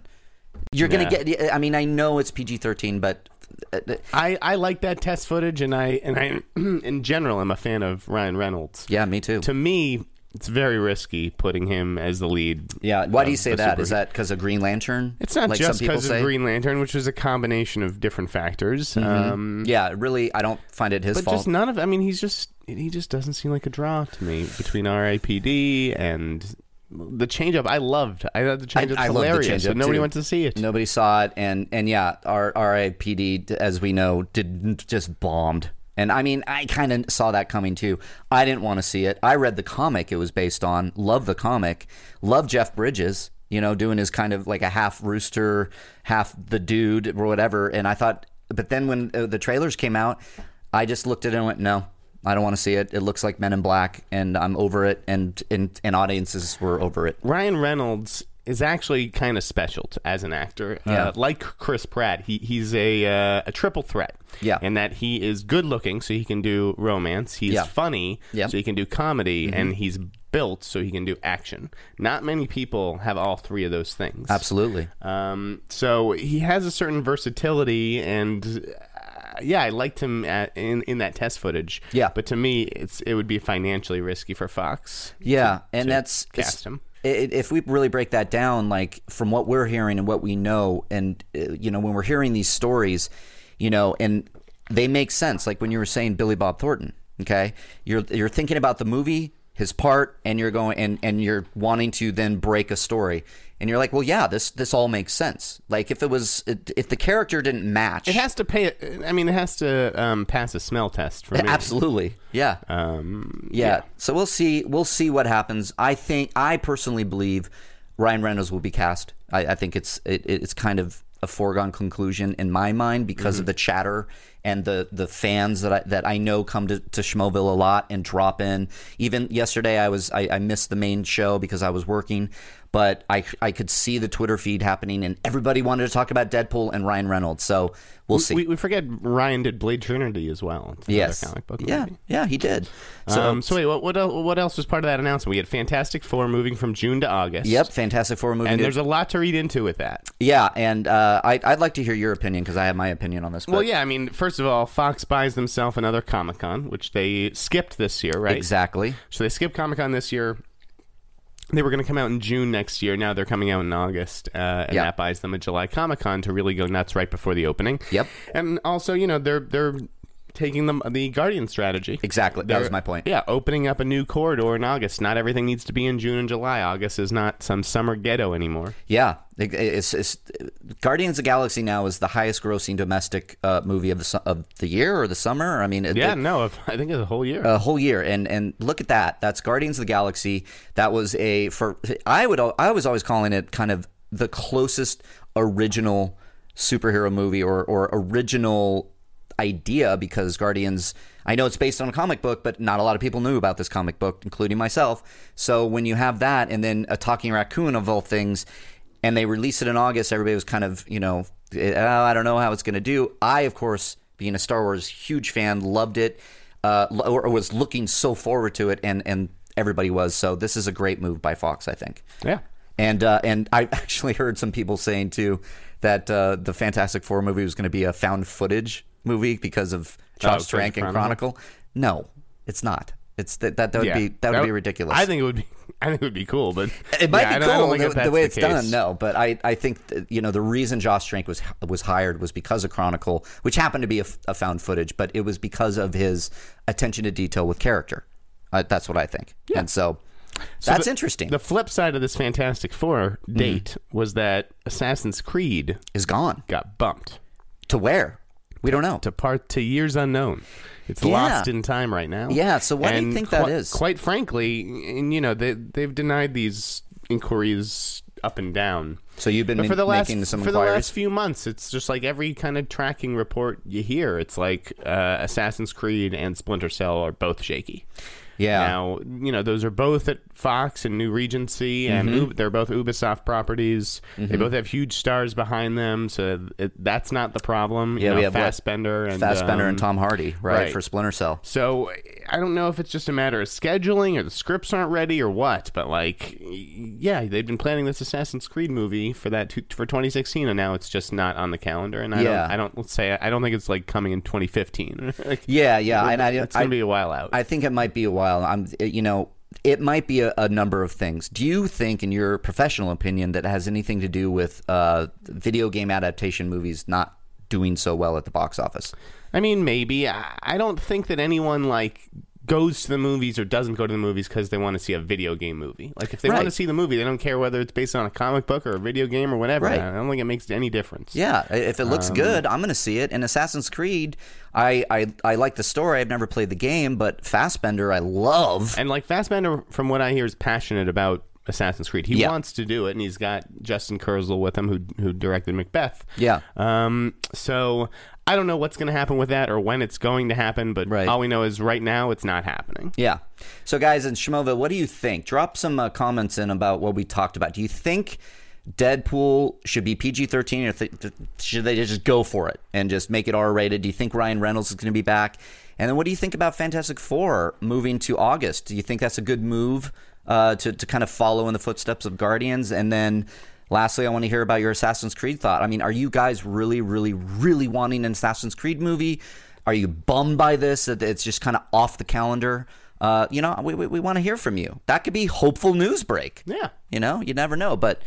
Speaker 2: You're going
Speaker 3: Yeah.
Speaker 2: to get. I mean, I know it's PG-13, but uh, uh,
Speaker 3: I, I like that test footage, and I and I in general am a fan of Ryan Reynolds.
Speaker 2: yeah, me too.
Speaker 3: To me, it's very risky putting him as the lead.
Speaker 2: yeah. Why do you
Speaker 3: of
Speaker 2: say
Speaker 3: a
Speaker 2: that? Is
Speaker 3: superhero.
Speaker 2: that because of Green Lantern?
Speaker 3: It's not
Speaker 2: like some
Speaker 3: just
Speaker 2: people
Speaker 3: because
Speaker 2: say.
Speaker 3: of Green Lantern, which was a combination of different factors.
Speaker 2: Mm-hmm.
Speaker 3: Um,
Speaker 2: yeah, really, I don't find it his
Speaker 3: But
Speaker 2: fault.
Speaker 3: just none of. I mean, he's just he just doesn't seem like a draw to me between R.I.P.D. and the changeup. I loved. I thought the changeup
Speaker 2: I love the
Speaker 3: hilarious,
Speaker 2: changeup,
Speaker 3: but nobody
Speaker 2: too.
Speaker 3: went to see it.
Speaker 2: Nobody saw it, and and yeah, our RIPD, as we know, didn't just bombed. And I mean, I kind of saw that coming too. I didn't want to see it. I read the comic it was based on. Love the comic. Love Jeff Bridges. You know, doing his kind of like a half rooster, half the dude or whatever. And I thought, but then when uh, the trailers came out, I just looked at it and went, no. I don't want to see it. It looks like Men in Black, and I'm over it. And and, and audiences were over it.
Speaker 3: Ryan Reynolds is actually kind of special t- as an actor.
Speaker 2: Yeah.
Speaker 3: Uh, like Chris Pratt, he, he's a uh, a triple threat.
Speaker 2: Yeah.
Speaker 3: In that he is good looking, so he can do romance. He's
Speaker 2: Yeah.
Speaker 3: funny,
Speaker 2: Yeah. Mm-hmm.
Speaker 3: so he can do comedy, and he's built so he can do action. Not many people have all three of those things.
Speaker 2: Absolutely.
Speaker 3: Um, so he has a certain versatility, and yeah, I liked him at, in in that test footage.
Speaker 2: Yeah.
Speaker 3: but to me, it's it would be financially risky for Fox.
Speaker 2: Yeah, and that's
Speaker 3: cast
Speaker 2: it's-
Speaker 3: him.
Speaker 2: i- i- If we really break that down, like from what we're hearing and what we know, and uh, you know, when we're hearing these stories, you know, and they make sense. Like when you were saying Billy Bob Thornton, okay, you're you're thinking about the movie, his part, and you're going and and you're wanting to then break a story, and you're like, well, yeah, this this all makes sense. Like if it was if the character didn't match,
Speaker 3: It has to pay. I mean, it has to um, pass a smell test for me.
Speaker 2: Absolutely. Yeah. Um, yeah. So we'll see. We'll see what happens. I think. I personally believe Ryan Reynolds will be cast. I, I think it's it, it's kind of a foregone conclusion in my mind because
Speaker 3: Mm-hmm.
Speaker 2: of the chatter and the the fans that I that I know come to, to Schmoville a lot and drop in. Even yesterday, I was I, I missed the main show because I was working. But I, I could see the Twitter feed happening, and everybody wanted to talk about Deadpool and Ryan Reynolds. So we'll see.
Speaker 3: We, we forget Ryan did Blade Trinity as well. It's another
Speaker 2: yes.
Speaker 3: comic book
Speaker 2: yeah.
Speaker 3: movie.
Speaker 2: Yeah. He did.
Speaker 3: So, um, so wait, what what el- what else was part of that announcement? We had Fantastic Four moving from June to August.
Speaker 2: Yep, Fantastic Four movie.
Speaker 3: and
Speaker 2: to-
Speaker 3: there's a lot to read into with that.
Speaker 2: yeah, and uh, I, I'd like to hear your opinion because I have my opinion on this. But
Speaker 3: Well, yeah, I mean, first of all, Fox buys themselves another Comic Con, which they skipped this year, right?
Speaker 2: exactly.
Speaker 3: So they skipped Comic Con this year. They were going to come out in June next year. Now they're coming out in August, uh, and
Speaker 2: Yeah.
Speaker 3: that buys them a July Comic Con to really go nuts right before the opening.
Speaker 2: Yep.
Speaker 3: And also, you know, they're they're taking them the Guardian strategy.
Speaker 2: Exactly. That
Speaker 3: They're-
Speaker 2: was my point.
Speaker 3: Yeah, opening up a new corridor in August. Not everything needs to be in June and July. August is not some summer ghetto anymore.
Speaker 2: Yeah, It- it's, it's Guardians of the Galaxy now is the highest grossing domestic uh, movie of the su- of the year or the summer. I mean, it-
Speaker 3: Yeah,
Speaker 2: it- Oh.
Speaker 3: no, if- I think it's a whole year.
Speaker 2: a whole year and and look at that that's guardians of the galaxy that was a for i would al- i was always calling it kind of the closest original superhero movie or or original idea because guardians i know it's based on a comic book but not a lot of people knew about this comic book including myself so when you have that and then a talking raccoon of all things and they released it in August. Everybody was kind of, you know, eh, oh, I don't know how it's going to do. I, of course, being a Star Wars huge fan, loved it, uh, lo- or was looking so forward to it, and and everybody was. So this is a great move by Fox, I think.
Speaker 3: yeah.
Speaker 2: And uh, and I actually heard some people saying too that uh, the Fantastic Four movie was going to be a found footage movie Oh, because of Josh
Speaker 3: Crazy
Speaker 2: Trank and
Speaker 3: Chronicle?
Speaker 2: Chronicle. No, it's not. It's that that, that would
Speaker 3: Yeah.
Speaker 2: be that would be ridiculous.
Speaker 3: I think it would be. I think it would be cool, but
Speaker 2: It might
Speaker 3: yeah, I
Speaker 2: be
Speaker 3: don't- I don't
Speaker 2: cool
Speaker 3: think
Speaker 2: the,
Speaker 3: that
Speaker 2: the
Speaker 3: that's
Speaker 2: way
Speaker 3: the
Speaker 2: it's done.
Speaker 3: case.
Speaker 2: No, but I, I think that, you know the reason Josh Trank was was hired was because of Chronicle, which happened to be a, a found footage, but it was because of his attention to detail with character. Uh, that's what I think, and so, that's
Speaker 3: the-
Speaker 2: interesting. Mm-hmm.
Speaker 3: The flip side of this Fantastic Four date was that Assassin's Creed
Speaker 2: is gone
Speaker 3: got bumped
Speaker 2: to where we don't know.
Speaker 3: to part to years unknown. It's
Speaker 2: Yeah.
Speaker 3: lost in time right now.
Speaker 2: Yeah, so why do you
Speaker 3: And
Speaker 2: think that
Speaker 3: qui-
Speaker 2: is?
Speaker 3: Quite frankly, and you know they they've denied these inquiries up and down.
Speaker 2: so you've been
Speaker 3: But for the last
Speaker 2: making some
Speaker 3: for the
Speaker 2: inquiries.
Speaker 3: last few months, it's just like every kind of tracking report you hear. It's like uh, Assassin's Creed and Splinter Cell are both shaky.
Speaker 2: yeah,
Speaker 3: Now, you know, those are both at Fox and New Regency, and
Speaker 2: Mm-hmm.
Speaker 3: Ub- they're both Ubisoft properties. They both have huge stars behind them, so it, that's not the problem. You
Speaker 2: yeah,
Speaker 3: know,
Speaker 2: we have what?
Speaker 3: Fassbender and
Speaker 2: Fassbender
Speaker 3: um,
Speaker 2: and Tom Hardy, right,
Speaker 3: right.
Speaker 2: for Splinter Cell.
Speaker 3: So I don't know if it's just a matter of scheduling or the scripts aren't ready or what, but like, yeah, they've been planning this Assassin's Creed movie for that two for 2016, and now it's just not on the calendar. And I
Speaker 2: Yeah.
Speaker 3: don't, I don't let's say I don't think it's like coming in 2015.
Speaker 2: Yeah, yeah, and I,
Speaker 3: it's
Speaker 2: I,
Speaker 3: gonna be a while out.
Speaker 2: I think it might be a while. I'm, you know, it might be a, a number of things. Do you think, in your professional opinion, that has anything to do with uh, video game adaptation movies not doing so well at the box office?
Speaker 3: I mean, maybe. I I don't think that anyone like goes to the movies or doesn't go to the movies because they want to see a video game movie. Like if they want to
Speaker 2: Right.
Speaker 3: see the movie, they don't care whether it's based on a comic book or a video game or whatever.
Speaker 2: Right.
Speaker 3: I don't think it makes any difference.
Speaker 2: Yeah, i- if it looks good, I'm going to see it. And Assassin's Creed, I, I I like the story. I've never played the game, but Fassbender, I love.
Speaker 3: And like Fassbender, from what I hear, is passionate about Assassin's Creed. He
Speaker 2: Yeah.
Speaker 3: wants to do it, and he's got Justin Kurzel with him, who who directed Macbeth.
Speaker 2: Yeah.
Speaker 3: Um. So I don't know what's going to happen with that or when it's going to happen, but
Speaker 2: Right.
Speaker 3: all we know is right now it's not happening.
Speaker 2: Yeah. So, guys in Shmova, what do you think? Drop some uh, comments in about what we talked about. Do you think Deadpool should be PG 13 or th- th- should they just go for it and just make it R rated? Do you think Ryan Reynolds is going to be back? And then, what do you think about Fantastic Four moving to August? Do you think that's a good move uh, to, to kind of follow in the footsteps of Guardians? And then, Lastly, I want to hear about your Assassin's Creed thought. I mean, are you guys really, really, really wanting an Assassin's Creed movie? Are you bummed by this that it's just kind of off the calendar? Uh, you know, we, we, we want to hear from you. That could be hopeful news break.
Speaker 3: Yeah.
Speaker 2: You know, you never know. But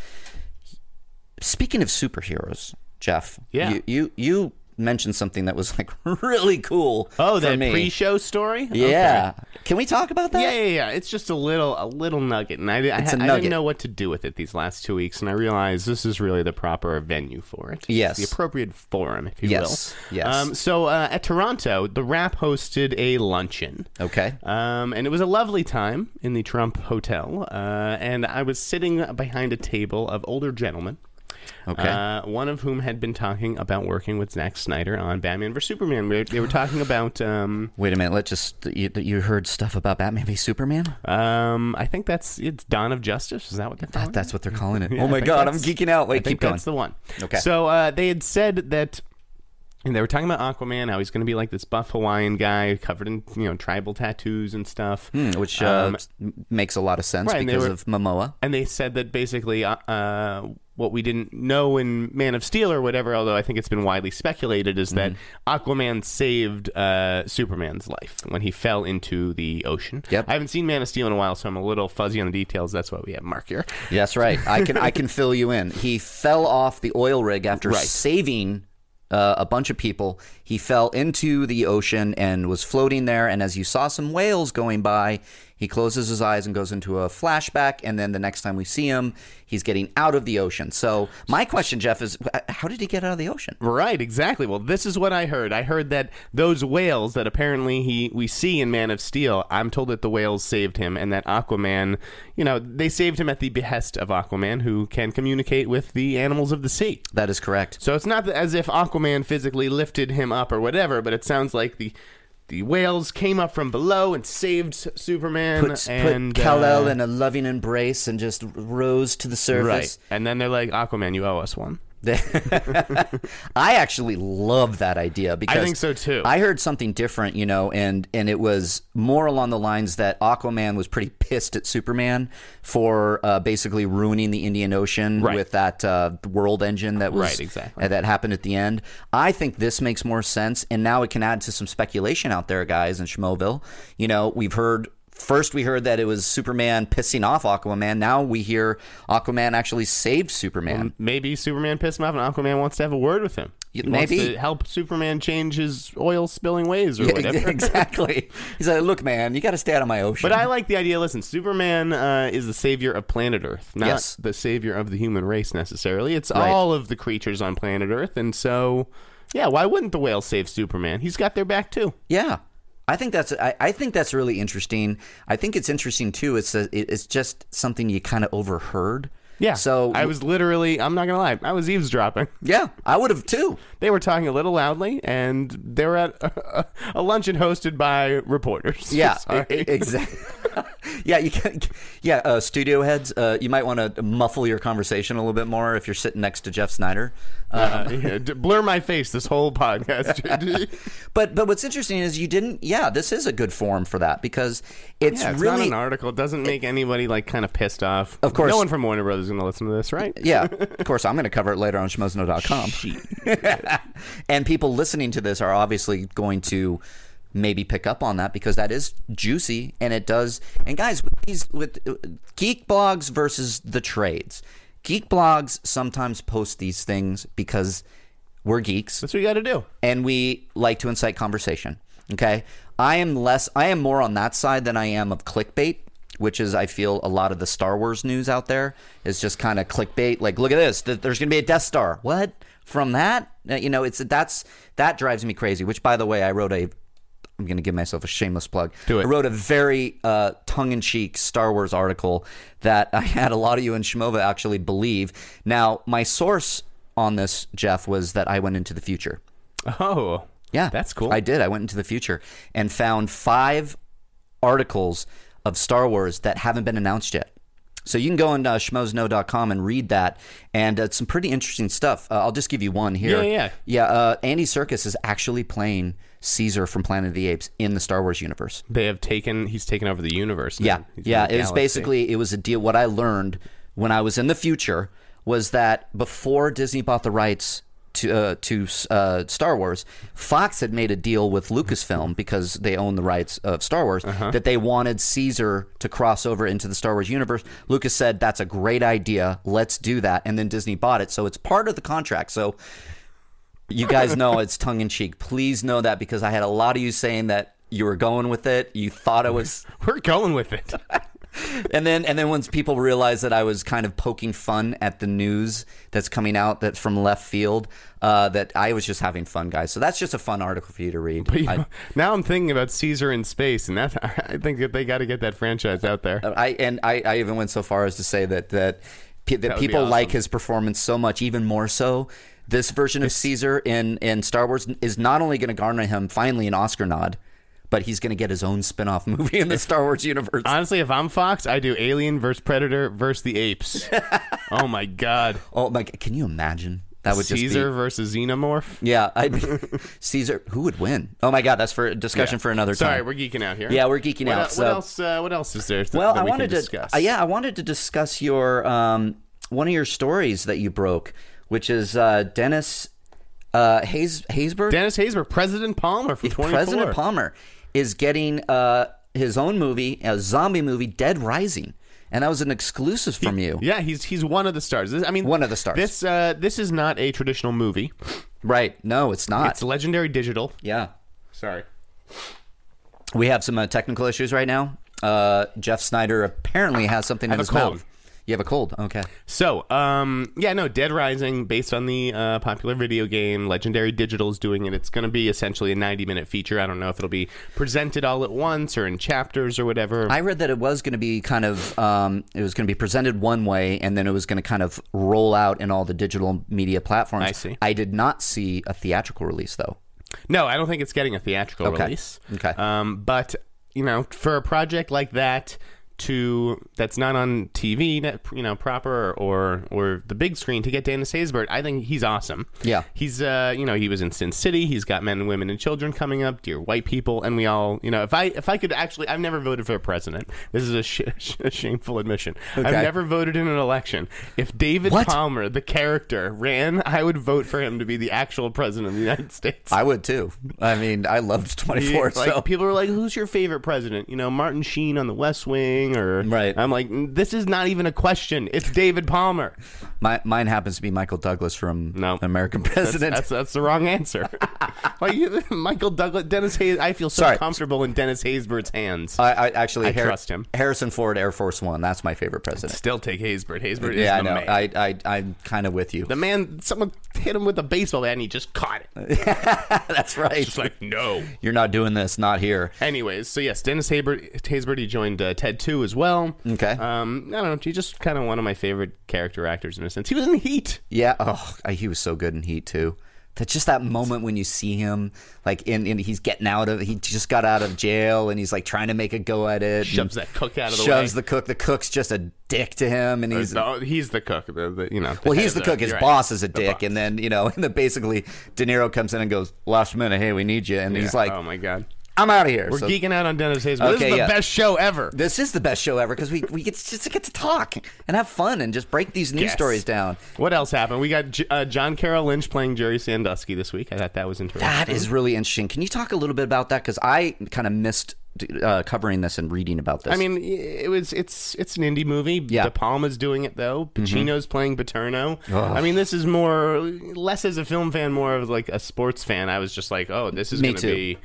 Speaker 2: speaking of superheroes, Jeff,
Speaker 3: Yeah.
Speaker 2: you, you, you mentioned something that was like really cool.
Speaker 3: Oh,
Speaker 2: for
Speaker 3: that
Speaker 2: me.
Speaker 3: pre-show story.
Speaker 2: Yeah. Can we talk about that?
Speaker 3: Yeah, yeah, yeah. It's just a little, a little nugget, and I, I,
Speaker 2: It's a
Speaker 3: I
Speaker 2: nugget.
Speaker 3: didn't know what to do with it these last two weeks, and I realized this is really the proper venue for it. It's
Speaker 2: Yes.
Speaker 3: the appropriate forum, if you
Speaker 2: Yes,
Speaker 3: will.
Speaker 2: yes.
Speaker 3: Um, so uh, at Toronto, the rap hosted a luncheon.
Speaker 2: Okay.
Speaker 3: Um, and it was a lovely time in the Trump Hotel, uh, and I was sitting behind a table of older gentlemen.
Speaker 2: Okay.
Speaker 3: Uh, one of whom had been talking about working with Zack Snyder on Batman vs Superman. We- They were talking about um,
Speaker 2: Wait a minute. Let's just you, you heard stuff about Batman v Superman.
Speaker 3: Um, I think that's it's Dawn of Justice. Is that what they're calling?
Speaker 2: That,
Speaker 3: it?
Speaker 2: that's what they're calling it.
Speaker 3: Yeah,
Speaker 2: oh
Speaker 3: I
Speaker 2: my
Speaker 3: think
Speaker 2: god, I'm
Speaker 3: that's-
Speaker 2: geeking out.
Speaker 3: I
Speaker 2: Wait,
Speaker 3: think
Speaker 2: keep going.
Speaker 3: That's the one.
Speaker 2: Okay.
Speaker 3: So uh, they had said that. And they were talking about Aquaman, how he's going to be like this buff Hawaiian guy covered in you know tribal tattoos and stuff.
Speaker 2: Hmm, Which uh, s- m- makes a lot of sense
Speaker 3: Um, right, and they
Speaker 2: because
Speaker 3: were-
Speaker 2: of Momoa.
Speaker 3: And they said that basically uh, uh, what we didn't know in Man of Steel or whatever, although I think it's been widely speculated, is that
Speaker 2: Mm-hmm.
Speaker 3: Aquaman saved uh, Superman's life when he fell into the ocean.
Speaker 2: Yep.
Speaker 3: I haven't seen Man of Steel in a while, so I'm a little fuzzy on the details. That's why we have Mark here.
Speaker 2: Yeah, That's right. I can I can fill you in. He fell off the oil rig after
Speaker 3: Right.
Speaker 2: saving uh, a bunch of people. He fell into the ocean and was floating there. And as you saw some whales going by, he closes his eyes and goes into a flashback. And then the next time we see him, he's getting out of the ocean. So my question, Jeff, is uh, how did he get out of the ocean?
Speaker 3: Right, exactly. Well, this is what I heard. I heard that those whales that apparently he we see in Man of Steel, I'm told that the whales saved him and that Aquaman, you know, they saved him at the behest of Aquaman who can communicate with the animals of the sea.
Speaker 2: That is correct.
Speaker 3: So it's not that- as if Aquaman physically lifted him up or whatever, but it sounds like the the whales came up from below and saved S- Superman
Speaker 2: put,
Speaker 3: and
Speaker 2: put Kal-El
Speaker 3: uh,
Speaker 2: in a loving embrace and just rose to the
Speaker 3: right.
Speaker 2: surface.
Speaker 3: And then they're like, "Aquaman, you owe us one."
Speaker 2: I actually love that idea because
Speaker 3: think so, too.
Speaker 2: I heard something different, you know, and and it was more along the lines that Aquaman was pretty pissed at Superman for uh, basically ruining the Indian Ocean
Speaker 3: Right.
Speaker 2: with that uh, world engine that was
Speaker 3: Right, exactly.
Speaker 2: uh, that happened at the end. I think this makes more sense, and now it can add to some speculation out there, guys, in Schmoville. You know, we've heard. First, we heard that it was Superman pissing off Aquaman. Now we hear Aquaman actually saved Superman.
Speaker 3: Maybe Superman pissed him off, and Aquaman wants to have a word with him. He wants
Speaker 2: maybe.
Speaker 3: to help Superman change his oil spilling ways or whatever.
Speaker 2: exactly. He's like, look, man, you got to stay out of my ocean.
Speaker 3: But I like the idea. Listen, Superman uh, is the savior of planet Earth, not
Speaker 2: Yes.
Speaker 3: the savior of the human race necessarily. It's
Speaker 2: Right.
Speaker 3: all of the creatures on planet Earth, and so yeah, why wouldn't the whales save Superman? He's got their back too.
Speaker 2: yeah, I think that's I, I think that's really interesting. I think it's interesting too. It's a, it- it's just something you kind of overheard.
Speaker 3: Yeah.
Speaker 2: So
Speaker 3: I was literally, I'm not gonna lie, I was eavesdropping.
Speaker 2: Yeah, I would have too.
Speaker 3: They were talking a little loudly, and they were at a, luncheon hosted by reporters.
Speaker 2: Yeah,
Speaker 3: Sorry.
Speaker 2: exactly. yeah, you can. Yeah, uh, studio heads, uh, you might want to muffle your conversation a little bit more if you're sitting next to Jeff Snyder.
Speaker 3: Uh, yeah, d- blur my face this whole podcast.
Speaker 2: But but what's interesting is you didn't. Yeah, this is a good forum for that because it's,
Speaker 3: yeah, it's
Speaker 2: really
Speaker 3: not an article. It doesn't make anybody like kind of pissed off.
Speaker 2: Of course.
Speaker 3: no one from Warner Brothers is going to listen to this, right?
Speaker 2: Yeah, of course, I'm going to cover it later on schmozno.com. and people listening to this are obviously going to maybe pick up on that because that is juicy and it does. And guys, with these with uh, geek blogs versus the trades. Geek blogs sometimes post these things because we're geeks
Speaker 3: That's what you got to do.
Speaker 2: and we like to incite conversation. Okay, I am less, I am more on that side than I am of clickbait, which is I feel a lot of the Star Wars news out there is just kind of clickbait. Like, look at this, th- there's going to be a Death Star. What from that? Uh, You know, it's that's that drives me crazy. Which, by the way, I wrote a. I'm going to give myself a shameless plug.
Speaker 3: Do it.
Speaker 2: I wrote a very uh, tongue-in-cheek Star Wars article that I had a lot of you in Shmova actually believe. Now, my source on this, Jeff, was that I went into the future.
Speaker 3: Oh,
Speaker 2: Yeah.
Speaker 3: that's cool.
Speaker 2: I did. I went into the future and found five articles of Star Wars that haven't been announced yet. So you can go on uh, schmozno.com and read that, and uh, it's some pretty interesting stuff. Uh, I'll just give you one here.
Speaker 3: Yeah, yeah.
Speaker 2: yeah. Uh, Andy Serkis is actually playing Caesar from Planet of the Apes in the Star Wars universe.
Speaker 3: They have taken. He's taken over the universe. now.
Speaker 2: Yeah,
Speaker 3: He's in
Speaker 2: yeah.
Speaker 3: the
Speaker 2: It was
Speaker 3: galaxy.
Speaker 2: basically it was a deal. What I learned when I was in the future was that before Disney bought the rights to uh, to uh, Star Wars, Fox had made a deal with Lucasfilm because they own the rights of Star Wars
Speaker 3: Uh-huh.
Speaker 2: that they wanted Caesar to cross over into the Star Wars universe. Lucas said that's a great idea. Let's do that, and then Disney bought it, so it's part of the contract. So. You guys know it's tongue in cheek. Please know that because I had a lot of you saying that you were going with it. You thought I was
Speaker 3: We're going with it.
Speaker 2: and then and then once people realized that I was kind of poking fun at the news that's coming out that from left field, uh, that I was just having fun, guys. So that's just a fun article for you to read.
Speaker 3: But you
Speaker 2: I,
Speaker 3: know, now I'm thinking about Caesar in space, and that's I think that they got to get that franchise out there.
Speaker 2: uh, I and I, I even went so far as to say that that pe- that,
Speaker 3: would be
Speaker 2: people like
Speaker 3: awesome.
Speaker 2: his performance so much, even more so. This version of Caesar in in Star Wars is not only going to garner him finally an Oscar nod, but he's going to get his own spin off movie in the Star Wars universe.
Speaker 3: Honestly, if I'm Fox, I do Alien versus Predator versus the apes. oh my god,
Speaker 2: oh my! Can you imagine? That would just
Speaker 3: Caesar
Speaker 2: be,
Speaker 3: versus Xenomorph.
Speaker 2: Yeah, I Caesar. Who would win? Oh my God, that's for discussion for another time.
Speaker 3: Sorry, we're geeking out here.
Speaker 2: Yeah, we're geeking
Speaker 3: What
Speaker 2: out,
Speaker 3: el-
Speaker 2: so-
Speaker 3: What else? Uh, what else is there? th-
Speaker 2: well,
Speaker 3: that
Speaker 2: I
Speaker 3: we can
Speaker 2: wanted to.
Speaker 3: discuss?
Speaker 2: uh, yeah, I wanted to discuss your um, one of your stories that you broke, which is uh, Dennis uh, Hayes Haysburg,
Speaker 3: Dennis Haysbert, President Palmer from 24.
Speaker 2: President Palmer, is getting uh, his own movie, a zombie movie, Dead Rising, and that was an exclusive from you,
Speaker 3: Yeah, he's he's one of the stars. This- I mean,
Speaker 2: One of the stars.
Speaker 3: This uh, this is not a traditional movie.
Speaker 2: right? No, it's not.
Speaker 3: It's Legendary Digital.
Speaker 2: yeah,
Speaker 3: Sorry.
Speaker 2: we have some uh, technical issues right now. Uh, Jeff Snyder apparently has something in
Speaker 3: a
Speaker 2: his
Speaker 3: cold.
Speaker 2: mouth. You have a cold. Okay.
Speaker 3: So, um, yeah, no, Dead Rising, based on the uh, popular video game, Legendary Digital is doing it. It's going to be essentially a 90 minute feature. I don't know if it'll be presented all at once or in chapters or whatever.
Speaker 2: I read that it was going to be kind of um, it was going to be presented one way, and then it was going to kind of roll out in all the digital media platforms.
Speaker 3: I see.
Speaker 2: I did not see a theatrical release though.
Speaker 3: no, I don't think it's getting a theatrical
Speaker 2: Okay.
Speaker 3: release.
Speaker 2: Okay.
Speaker 3: Um, but, you know, for a project like that, to that's not on TV, that, you know, proper or or the big screen to get Dennis Haysbert, I think he's awesome.
Speaker 2: Yeah.
Speaker 3: He's uh, you know, he was in Sin City. He's got men, women, and children coming up, dear white people, and we all, you know, if I if I could actually, I've never voted for a president. This is a, sh- sh- a shameful admission.
Speaker 2: Okay.
Speaker 3: I've never voted in an election. If David
Speaker 2: What?
Speaker 3: Palmer, the character, ran, I would vote for him to be the actual president of the United States.
Speaker 2: I would too. I mean, I loved Twenty
Speaker 3: Yeah,
Speaker 2: Four.
Speaker 3: like,
Speaker 2: so
Speaker 3: people are like, "Who's your favorite president?" You know, Martin Sheen on The West Wing, or
Speaker 2: Right.
Speaker 3: I'm like, "Mm, "This is not even a question. It's David Palmer."
Speaker 2: my, mine happens to be Michael Douglas from
Speaker 3: No.
Speaker 2: American President.
Speaker 3: That's that's the wrong answer. like you- Michael Douglas, Dennis Hayes. I feel so
Speaker 2: Sorry.
Speaker 3: comfortable in Dennis Haysbert's hands.
Speaker 2: I, I actually
Speaker 3: I trust him.
Speaker 2: Harrison Ford Air Force One. That's my favorite president.
Speaker 3: Still take Haysbert. Haysbert is
Speaker 2: Yeah, I
Speaker 3: the
Speaker 2: know.
Speaker 3: man.
Speaker 2: I, I I'm kind of with you.
Speaker 3: the man, someone hit him with a baseball bat and he just caught it.
Speaker 2: That's right.
Speaker 3: It's like, no.
Speaker 2: You're not doing this. Not here.
Speaker 3: Anyways, so yes, Dennis Haysbert, Haysbert he joined uh, TED 2 as well.
Speaker 2: Okay.
Speaker 3: Um, I don't know. He's just kind of one of my favorite character actors in a sense. He was in Heat.
Speaker 2: Yeah. Oh, I- he was so good in Heat too. That just that moment when you see him, like, in and he's getting out of, he just got out of jail, and he's like trying to make a go at it.
Speaker 3: Shoves
Speaker 2: and
Speaker 3: that cook out of the
Speaker 2: shoves
Speaker 3: way.
Speaker 2: the cook. The cook's just a dick to him, and he's
Speaker 3: No, he's the cook. The, the, you know.
Speaker 2: well,
Speaker 3: head
Speaker 2: he's
Speaker 3: of
Speaker 2: the cook. His
Speaker 3: you're right.
Speaker 2: boss is a
Speaker 3: The
Speaker 2: dick,
Speaker 3: boss.
Speaker 2: and then you know, and then basically De Niro comes in and goes, "Last minute, hey, we need you," and he's
Speaker 3: Yeah.
Speaker 2: like,
Speaker 3: "Oh my god,
Speaker 2: "I'm out of here."
Speaker 3: we're
Speaker 2: So
Speaker 3: geeking out on Dennis Haysbert. this
Speaker 2: Okay,
Speaker 3: is the
Speaker 2: yeah.
Speaker 3: best show ever."
Speaker 2: This is the best show ever because we we get just to get to talk and have fun and just break these news
Speaker 3: Yes.
Speaker 2: stories down.
Speaker 3: What else happened? We got J- uh, John Carroll Lynch playing Jerry Sandusky this week. I thought that was interesting.
Speaker 2: That is really interesting. Can you talk a little bit about that? Because I kind of missed uh, covering this and reading about this.
Speaker 3: I mean, it was it's it's an indie movie.
Speaker 2: Yeah. Mm-hmm.
Speaker 3: De Palma's doing it though. Pacino's playing Paterno. I mean, this is more less as a film fan, more of like a sports fan. I was just like, oh, this is
Speaker 2: Me
Speaker 3: going to
Speaker 2: too.
Speaker 3: be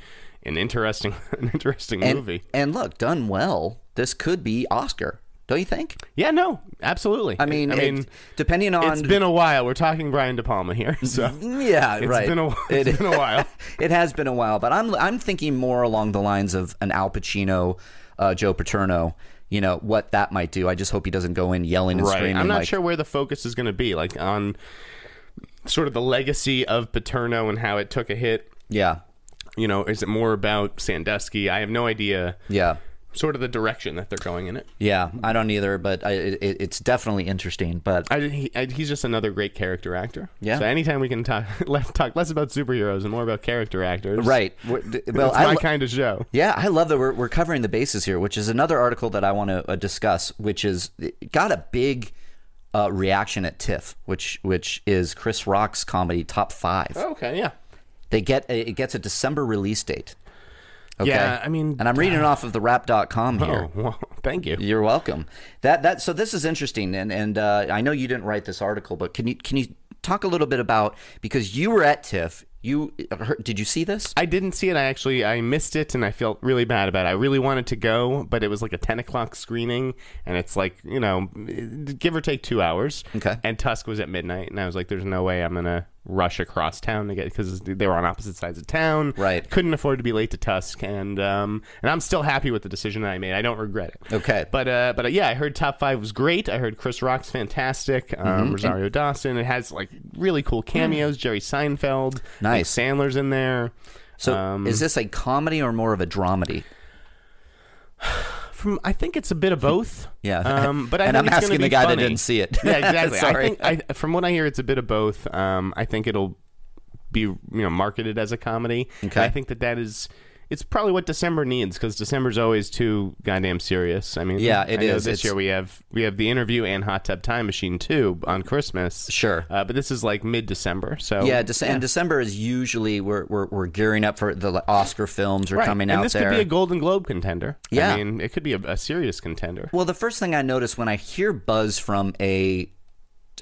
Speaker 3: an interesting an interesting
Speaker 2: and,
Speaker 3: movie.
Speaker 2: And look, done well, this could be Oscar. Don't you think?
Speaker 3: Yeah, no, absolutely.
Speaker 2: I mean,
Speaker 3: I mean,
Speaker 2: it- depending on
Speaker 3: it's been a while. We're talking Brian De Palma here, so
Speaker 2: yeah,
Speaker 3: It's
Speaker 2: right.
Speaker 3: been a, it's
Speaker 2: It-
Speaker 3: been a while.
Speaker 2: it has been a while, but I'm I'm thinking more along the lines of an Al Pacino, uh, Joe Paterno. You know what that might do. I just hope he doesn't go in yelling and
Speaker 3: right.
Speaker 2: screaming.
Speaker 3: I'm not
Speaker 2: like,
Speaker 3: sure where the focus is going to be, like on sort of the legacy of Paterno and how it took a hit.
Speaker 2: Yeah,
Speaker 3: You know, is it more about Sandusky? I have no idea.
Speaker 2: yeah.
Speaker 3: Sort of the direction that they're going in it.
Speaker 2: Yeah, I don't either, but I, it, it's definitely interesting. But
Speaker 3: I, he, I, he's just another great character actor.
Speaker 2: Yeah.
Speaker 3: So anytime we can talk less, talk less about superheroes and more about character actors.
Speaker 2: right, well,
Speaker 3: That's my
Speaker 2: I, lo-
Speaker 3: kind of show.
Speaker 2: Yeah, I love that we're, we're covering the bases here, which is another article that I want to uh, discuss, which is it got a big uh, reaction at TIFF, which which is Chris Rock's comedy top five.
Speaker 3: Okay, yeah.
Speaker 2: They get it gets a December release date. Okay?
Speaker 3: Yeah, I mean-
Speaker 2: and I'm reading it off of the rap.com here.
Speaker 3: Oh, well, thank you.
Speaker 2: You're welcome. That that so this is interesting, and and uh, I know you didn't write this article, but can you can you talk a little bit about because you were at TIFF. You uh, did you see this?
Speaker 3: I didn't see it. I actually I missed it, and I felt really bad about it. I really wanted to go, but it was like a ten o'clock screening, and it's like you know, give or take two hours.
Speaker 2: Okay.
Speaker 3: And Tusk was at midnight, and I was like, "There's no way I'm gonna rush across town to get because they were on opposite sides of town.
Speaker 2: Right.
Speaker 3: Couldn't afford to be late to Tusk, and um, and I'm still happy with the decision that I made. I don't regret it.
Speaker 2: Okay.
Speaker 3: But uh, but uh, yeah, I heard top five was great. I heard Chris Rock's fantastic. Um,
Speaker 2: Mm-hmm.
Speaker 3: Rosario Dawson. It has like really cool cameos. Jerry Seinfeld. I think
Speaker 2: Mm. Nice.
Speaker 3: Sandler's in there.
Speaker 2: So
Speaker 3: Um,
Speaker 2: is this a comedy or more of a dramedy?
Speaker 3: From I think it's a bit of both.
Speaker 2: Yeah.
Speaker 3: Um, but I
Speaker 2: And
Speaker 3: think
Speaker 2: I'm
Speaker 3: it's gonna
Speaker 2: asking the
Speaker 3: be
Speaker 2: guy that
Speaker 3: funny.
Speaker 2: didn't see it.
Speaker 3: Yeah, exactly.
Speaker 2: Sorry.
Speaker 3: I think I, from what I hear, it's a bit of both. Um, I think it'll be you know marketed as a comedy.
Speaker 2: Okay.
Speaker 3: I think that that is. It's probably what December needs because December's always too goddamn serious. I mean,
Speaker 2: Yeah, it
Speaker 3: it is. I know
Speaker 2: is.
Speaker 3: this
Speaker 2: It's-
Speaker 3: year we have we have the interview and Hot Tub Time Machine too on Christmas.
Speaker 2: Sure.
Speaker 3: uh, but this is like mid December, so
Speaker 2: Yeah, Dece- and December is usually we're, we're we're gearing up for the like, Oscar films are
Speaker 3: Right.
Speaker 2: coming
Speaker 3: and
Speaker 2: out
Speaker 3: this
Speaker 2: there.
Speaker 3: could be a Golden Globe contender.
Speaker 2: Yeah.
Speaker 3: I mean, it could be a, a serious contender.
Speaker 2: Well, the first thing I notice when I hear buzz from a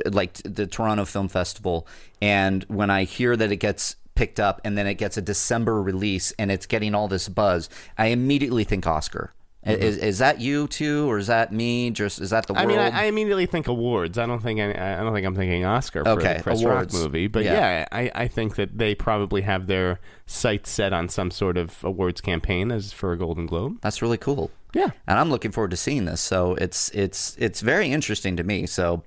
Speaker 2: like the Toronto Film Festival, and when I hear that it gets picked up and then it gets a December release and it's getting all this buzz, I immediately think Oscar. I- Is, is that you too, or is that me? Just is that the world?
Speaker 3: Mm-hmm. I mean, I, I immediately think awards. I don't think I, I don't think I'm thinking Oscar for
Speaker 2: Okay,
Speaker 3: the Chris
Speaker 2: awards.
Speaker 3: Rock movie, but
Speaker 2: Yeah.
Speaker 3: yeah, I, I think that they probably have their sights set on some sort of awards campaign as for a Golden Globe.
Speaker 2: That's really cool.
Speaker 3: Yeah.
Speaker 2: And I'm looking forward to seeing this. So it's it's it's very interesting to me. So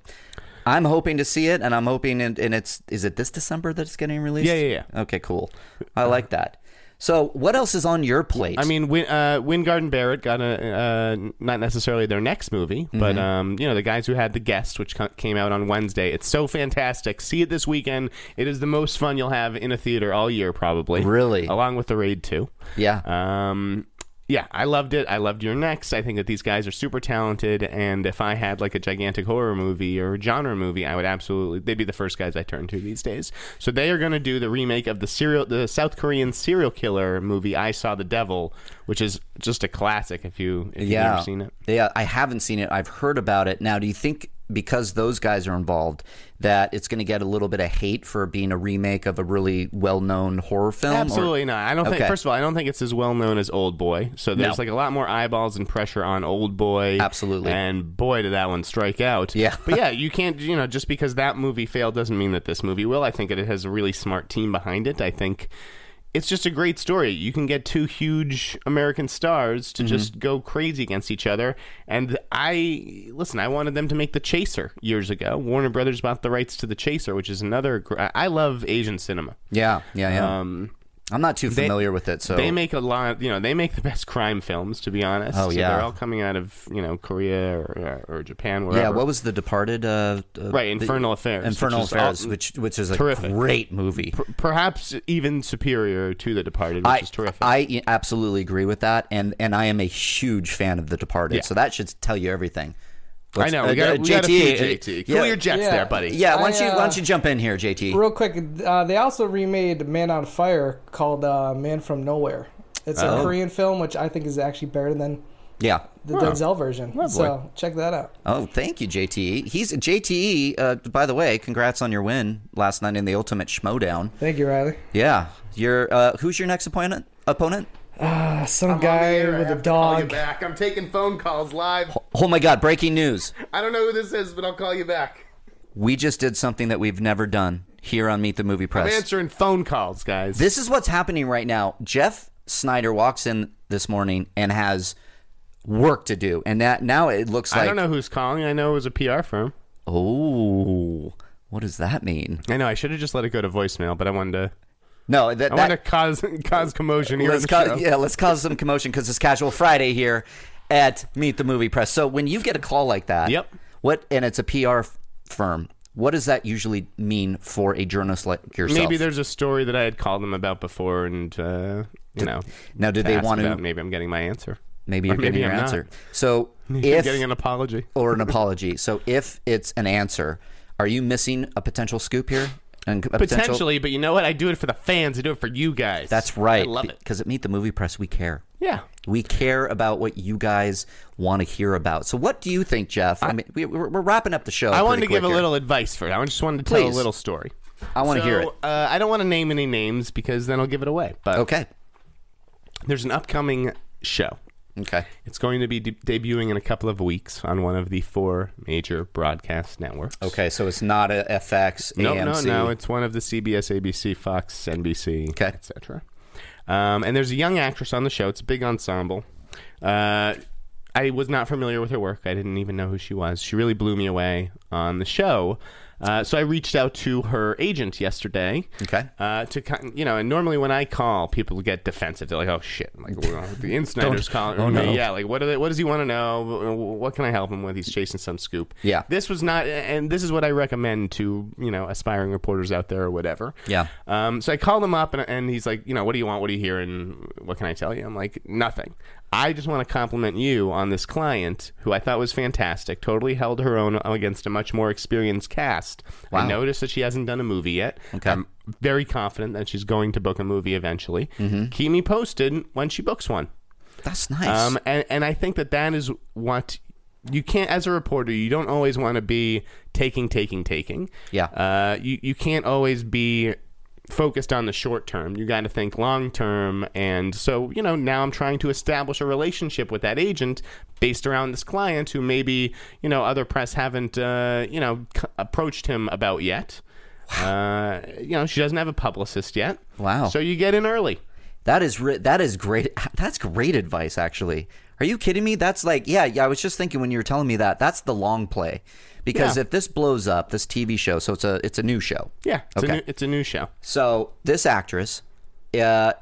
Speaker 2: I'm hoping to see it and I'm hoping and, and it's is it this December that it's getting released?
Speaker 3: Yeah, yeah, yeah.
Speaker 2: Okay, cool. I like that. So what else is on your plate?
Speaker 3: I mean, Win, uh, Wingarden Barrett got a uh, not necessarily their next movie,
Speaker 2: Mm-hmm.
Speaker 3: but um, you know the guys who had the guest, which co- came out on Wednesday. It's so fantastic. See it this weekend. It is the most fun you'll have in a theater all year, probably.
Speaker 2: Really?
Speaker 3: along with the Raid Two.
Speaker 2: Yeah.
Speaker 3: Um, yeah, I loved it. I loved your next. I think that these guys are super talented, and if I had like a gigantic horror movie or genre movie, I would absolutely. They'd be the first guys I turn to these days. So they are going to do the remake of the serial, the South Korean serial killer movie, I Saw the Devil, which is just a classic. If you if you've
Speaker 2: yeah.
Speaker 3: never seen it,
Speaker 2: Yeah, I haven't seen it. I've heard about it. Now, do you think because those guys are involved that it's going to get a little bit of hate for being a remake of a really well-known horror film? or-
Speaker 3: Absolutely not. I don't
Speaker 2: Okay.
Speaker 3: think. First of all, I don't think it's as well known as Old Boy. So there's like a lot more eyeballs and pressure on Old Boy.
Speaker 2: Absolutely.
Speaker 3: And boy, did that one strike out.
Speaker 2: Yeah.
Speaker 3: but yeah, you can't. You know, just because that movie failed doesn't mean that this movie will. I think that it has a really smart team behind it. I think. It's just a great story. You can get two huge American stars
Speaker 2: Mm-hmm.
Speaker 3: to just go crazy against each other. And I, listen, I wanted them to make The Chaser years ago. Warner Brothers bought the rights to The Chaser, which is another. gr- I love Asian cinema.
Speaker 2: Yeah, yeah, yeah.
Speaker 3: Um,
Speaker 2: I'm not too familiar with it, so
Speaker 3: they make a lot. You know, they make the best crime films, to be honest.
Speaker 2: Oh,
Speaker 3: So
Speaker 2: yeah.
Speaker 3: they're all coming out of you know Korea or, uh, or Japan, wherever.
Speaker 2: Yeah, what was the Departed? Uh, uh,
Speaker 3: Right,
Speaker 2: the-
Speaker 3: Infernal Affairs,
Speaker 2: Infernal
Speaker 3: which is
Speaker 2: Affairs,
Speaker 3: all-
Speaker 2: which which is a
Speaker 3: terrific.
Speaker 2: great movie.
Speaker 3: perhaps even superior to The Departed, which
Speaker 2: I,
Speaker 3: is terrific.
Speaker 2: I absolutely agree with that, and and I am a huge fan of The Departed,
Speaker 3: Yeah.
Speaker 2: so that should tell you everything.
Speaker 3: I know. We
Speaker 2: uh,
Speaker 3: got,
Speaker 2: uh,
Speaker 3: we got a few
Speaker 2: JT, uh,
Speaker 3: JT.
Speaker 2: yeah.
Speaker 3: Cool your jets
Speaker 4: Yeah.
Speaker 3: there, buddy.
Speaker 2: Yeah, why don't you
Speaker 4: I, uh,
Speaker 2: why don't you jump in here, JT?
Speaker 4: Real quick, uh, they also remade Man on Fire called uh, Man from Nowhere. It's a Korean film, which I think is actually better than
Speaker 2: yeah.
Speaker 4: the Denzel version. So check that out.
Speaker 2: Oh, thank you, JTE. He's JTE. Uh, by the way, congrats on your win last night in the Ultimate Schmodown.
Speaker 4: Thank you, Riley.
Speaker 2: Yeah, your uh, who's your next opponent? Opponent?
Speaker 4: Uh, some guy with a dog.
Speaker 3: back. I'm taking phone calls live.
Speaker 2: Oh my God! Breaking news.
Speaker 3: I don't know who this is, but I'll call you back.
Speaker 2: We just did something that we've never done here on Meet the Movie Press.
Speaker 3: answering phone calls, guys.
Speaker 2: This is what's happening right now. Jeff Snyder walks in this morning and has work to do, and that now it looks like
Speaker 3: I don't know who's calling. I know it was a PR firm.
Speaker 2: oh, what does that mean?
Speaker 3: I know. I should have just let it go to voicemail, but I wanted to.
Speaker 2: No, that,
Speaker 3: I
Speaker 2: that
Speaker 3: wanted to cause cause commotion here. on
Speaker 2: let's
Speaker 3: the
Speaker 2: cause,
Speaker 3: show.
Speaker 2: yeah, let's cause some commotion because it's Casual Friday here at Meet the Movie Press. So when you get a call like that,
Speaker 3: Yep.
Speaker 2: what and it's a PR f- firm. What does that usually mean for a journalist like yourself?
Speaker 3: Maybe there's a story that I had called them about before, and uh, you know,
Speaker 2: now. Did
Speaker 3: to
Speaker 2: they
Speaker 3: ask
Speaker 2: want to
Speaker 3: about, Maybe I'm getting my answer.
Speaker 2: Maybe you're
Speaker 3: maybe
Speaker 2: getting your
Speaker 3: I'm not.
Speaker 2: answer. So
Speaker 3: You're
Speaker 2: if
Speaker 3: getting an apology.
Speaker 2: or an apology. So if it's an answer, are you missing a potential scoop here? And a potential-
Speaker 3: Potentially, but you know what? I do it for the fans. I do it for you guys.
Speaker 2: That's right.
Speaker 3: I love it.
Speaker 2: Because at Meet the Movie Press, we care.
Speaker 3: Yeah.
Speaker 2: We care about what you guys want to hear about. So, what do you think, Jeff? I, mean, we, we're, we're wrapping up the show.
Speaker 3: I
Speaker 2: pretty
Speaker 3: wanted to give
Speaker 2: quick
Speaker 3: a
Speaker 2: here.
Speaker 3: little advice for it. I just wanted to tell
Speaker 2: Please.
Speaker 3: a little story.
Speaker 2: I want to
Speaker 3: So,
Speaker 2: hear it.
Speaker 3: Uh, I don't want to name any names because then I'll give it away. But
Speaker 2: Okay.
Speaker 3: there's an upcoming show.
Speaker 2: Okay.
Speaker 3: It's going to be de- debuting in a couple of weeks on one of the four major broadcast networks.
Speaker 2: Okay. So it's not a FX,
Speaker 3: No, no,
Speaker 2: AMC.
Speaker 3: no. It's one of the CBS, ABC, Fox, NBC,
Speaker 2: Okay.
Speaker 3: etc. Um, and there's a young actress on the show. It's a big ensemble. Uh, I was not familiar with her work. I didn't even know who she was. She really blew me away on the show. Uh, so I reached out to her agent yesterday.
Speaker 2: Okay.
Speaker 3: Uh, to kin- you know, and normally when I call, people get defensive. They're like, "Oh shit!" I'm like well, the insiders calling
Speaker 2: oh,
Speaker 3: me.
Speaker 2: no.
Speaker 3: Yeah, like what? Do they, what does he want to know? What can I help him with? He's chasing some scoop.
Speaker 2: Yeah.
Speaker 3: This was not, and this is what I recommend to you know aspiring reporters out there or whatever.
Speaker 2: Yeah.
Speaker 3: Um, so I called him up, and, and he's like, you know, what do you want? What do you hear? And what can I tell you? I'm like, nothing. I just want to compliment you on this client who I thought was fantastic. Totally held her own against a much more experienced cast. I noticed that she hasn't done a movie yet.
Speaker 2: Okay.
Speaker 3: I'm very confident that she's going to book a movie eventually. Keep me posted when she books one.
Speaker 2: That's nice.
Speaker 3: Um, and, and I think that that is what you can't, as a reporter, you don't always want to be taking, taking, taking.
Speaker 2: Yeah.
Speaker 3: Uh, you, you can't always be focused on the short term. You got to think long term. And so, you know, now I'm trying to establish a relationship with that agent based around this client who maybe, you know, other press haven't, uh, you know, c- approached him about yet. Uh, you know, she doesn't have a publicist yet.
Speaker 2: Wow.
Speaker 3: So you get in early.
Speaker 2: That is ri- that is great. That's great advice, actually. Are you kidding me? That's like, yeah, yeah. I was just thinking when you were telling me that. That's the long play, because
Speaker 3: Yeah.
Speaker 2: if this blows up, this TV show. So it's a it's a new show.
Speaker 3: Yeah. It's,
Speaker 2: Okay.
Speaker 3: a, new, it's a new show.
Speaker 2: So this actress, uh,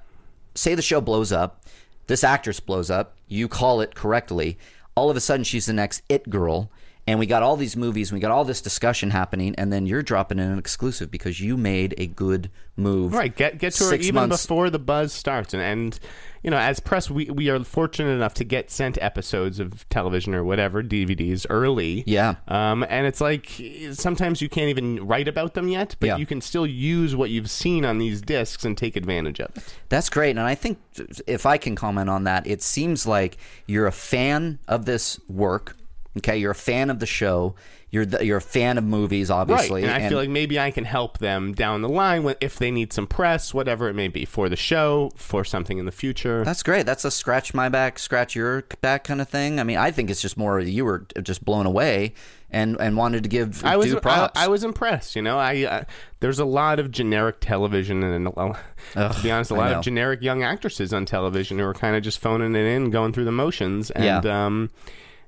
Speaker 2: say the show blows up, this actress blows up. You call it correctly. All of a sudden, she's the next it girl, and we got all these movies, and we got all this discussion happening, and then you're dropping in an exclusive because you made a good move.
Speaker 3: Right, get get to her
Speaker 2: Six
Speaker 3: even
Speaker 2: months-
Speaker 3: before the buzz starts, and, and you know, as press, we we are fortunate enough to get sent episodes of television or whatever DVDs early.
Speaker 2: Yeah.
Speaker 3: um, and it's like sometimes you can't even write about them yet, but
Speaker 2: Yeah.
Speaker 3: you can still use what you've seen on these discs and take advantage of it.
Speaker 2: That's great. And I think if I can comment on that, it seems like you're a fan of this work. Okay. You're a fan of the show. You're, the, you're a fan of movies, obviously.
Speaker 3: and I feel like maybe I can help them down the line when, if they need some press, whatever it may be, for the show, for something in the future.
Speaker 2: that's great. That's a scratch my back, scratch your back kind of thing. I mean, I think it's just more you were just blown away and, and wanted to give
Speaker 3: I was
Speaker 2: due props.
Speaker 3: I, I was impressed. You know, I uh, there's a lot of generic television, and a lo- to be honest, a
Speaker 2: I
Speaker 3: lot
Speaker 2: know.
Speaker 3: of generic young actresses on television who are kind of just phoning it in, going through the motions, and
Speaker 2: Yeah.
Speaker 3: um,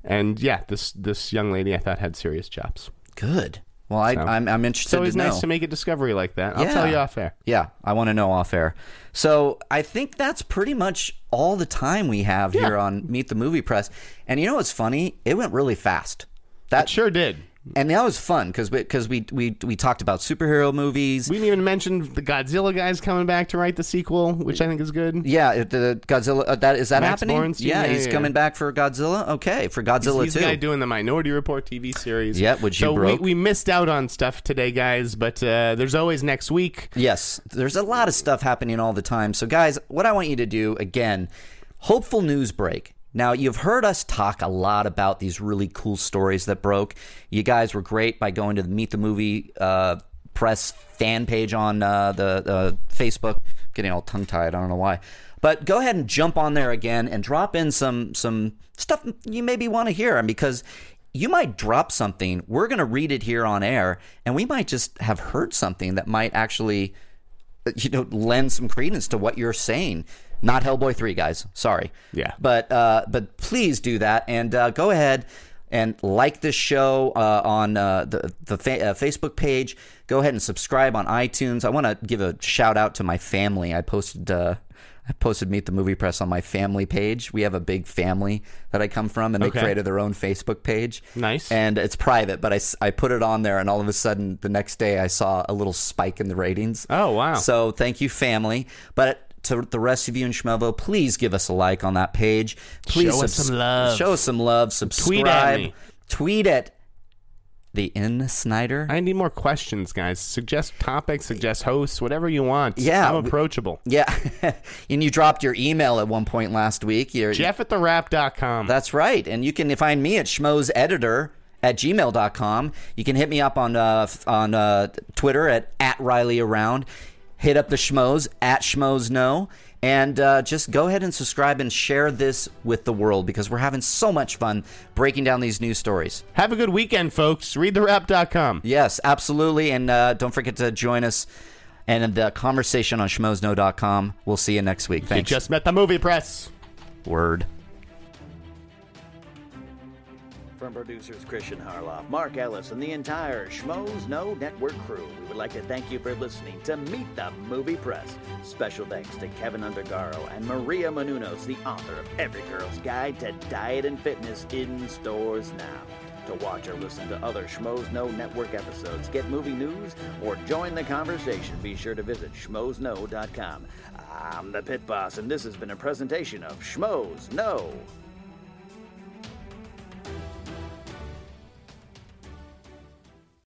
Speaker 3: and yeah, this this young lady I thought had serious chops.
Speaker 2: good. Well, I, I'm, I'm interested
Speaker 3: So it's
Speaker 2: to know.
Speaker 3: nice to make a discovery like that. I'll
Speaker 2: Yeah.
Speaker 3: tell you off air.
Speaker 2: Yeah, I want to know off air. So I think that's pretty much all the time we have here on Meet the Movie Press. And you know what's funny? It went really fast. That
Speaker 3: Sure did.
Speaker 2: and that was fun because because we, we we talked about superhero movies.
Speaker 3: We didn't even mention the Godzilla guys coming back to write the sequel, which I think is good.
Speaker 2: yeah, it- the Godzilla. Uh, that is that
Speaker 3: Max
Speaker 2: happening?
Speaker 3: Bornstein,
Speaker 2: yeah,
Speaker 3: yeah,
Speaker 2: he's
Speaker 3: yeah,
Speaker 2: coming
Speaker 3: yeah.
Speaker 2: back for Godzilla. Okay, for Godzilla
Speaker 3: He's
Speaker 2: too.
Speaker 3: the guy doing the Minority Report TV series.
Speaker 2: Yeah, which you
Speaker 3: so
Speaker 2: broke.
Speaker 3: We, we missed out on stuff today, guys. But uh, there's always next week.
Speaker 2: Yes, there's a lot of stuff happening all the time. So, guys, what I want you to do again, hopeful news break. Now, you've heard us talk a lot about these really cool stories that broke. You guys were great by going to the Meet the Movie uh, Press fan page on uh, the uh, Facebook. getting all tongue tied. I don't know why. But go ahead and jump on there again and drop in some some stuff you maybe want to hear. And because you might drop something. We're going to read it here on air, and we might just have heard something that might actually, you know, lend some credence to what you're saying. Not Hellboy three, guys. Sorry.
Speaker 3: Yeah.
Speaker 2: But uh, but please do that, and uh, go ahead and like this show uh, on uh, the the fa- uh, Facebook page. Go ahead and subscribe on iTunes. I want to give a shout out to my family. I posted. Uh, I posted Meet the Movie Press on my family page. We have a big family that I come from, and they
Speaker 3: Okay.
Speaker 2: created their own Facebook page.
Speaker 3: Nice.
Speaker 2: And it's private, but I, s- I put it on there, and all of a sudden, the next day, I saw a little spike in the ratings.
Speaker 3: Oh, wow.
Speaker 2: So thank you, family. But to the rest of you in Schmevo, please give us a like on that page. Please
Speaker 3: Show us some love.
Speaker 2: Show us some love. Subscribe.
Speaker 3: me.
Speaker 2: Tweet at the N Snyder.
Speaker 3: I need more questions, guys. Suggest topics, suggest hosts, whatever you want.
Speaker 2: Yeah,
Speaker 3: I'm
Speaker 2: we-
Speaker 3: approachable.
Speaker 2: yeah, and you dropped your email at one point last week. Your,
Speaker 3: Jeff at the rap.com.
Speaker 2: That's right. And you can find me at schmoeseditor at gmail.com. You can hit me up on uh, f- on uh, Twitter at, at Riley Around. Hit up the schmoes at schmoes no. And uh, just go ahead and subscribe and share this with the world because we're having so much fun breaking down these news stories.
Speaker 3: Have a good weekend, folks. Read the rap.com.
Speaker 2: Yes, absolutely. And uh, don't forget to join us and the conversation on schmoesno.com. We'll see you next week.
Speaker 3: You
Speaker 2: Thanks.
Speaker 3: just met the movie press.
Speaker 2: Word.
Speaker 1: From producers Christian Harloff, Mark Ellis, and the entire Schmoes No Network crew, we would like to thank you for listening to Meet the Movie Press. Special thanks to Kevin Undergaro and Maria Menounos, the author of Every Girl's Guide to Diet and Fitness in stores now. To watch or listen to other Schmoes No Network episodes, get movie news, or join the conversation, be sure to visit schmoesno.com. I'm the Pit Boss, and this has been a presentation of Schmoes No.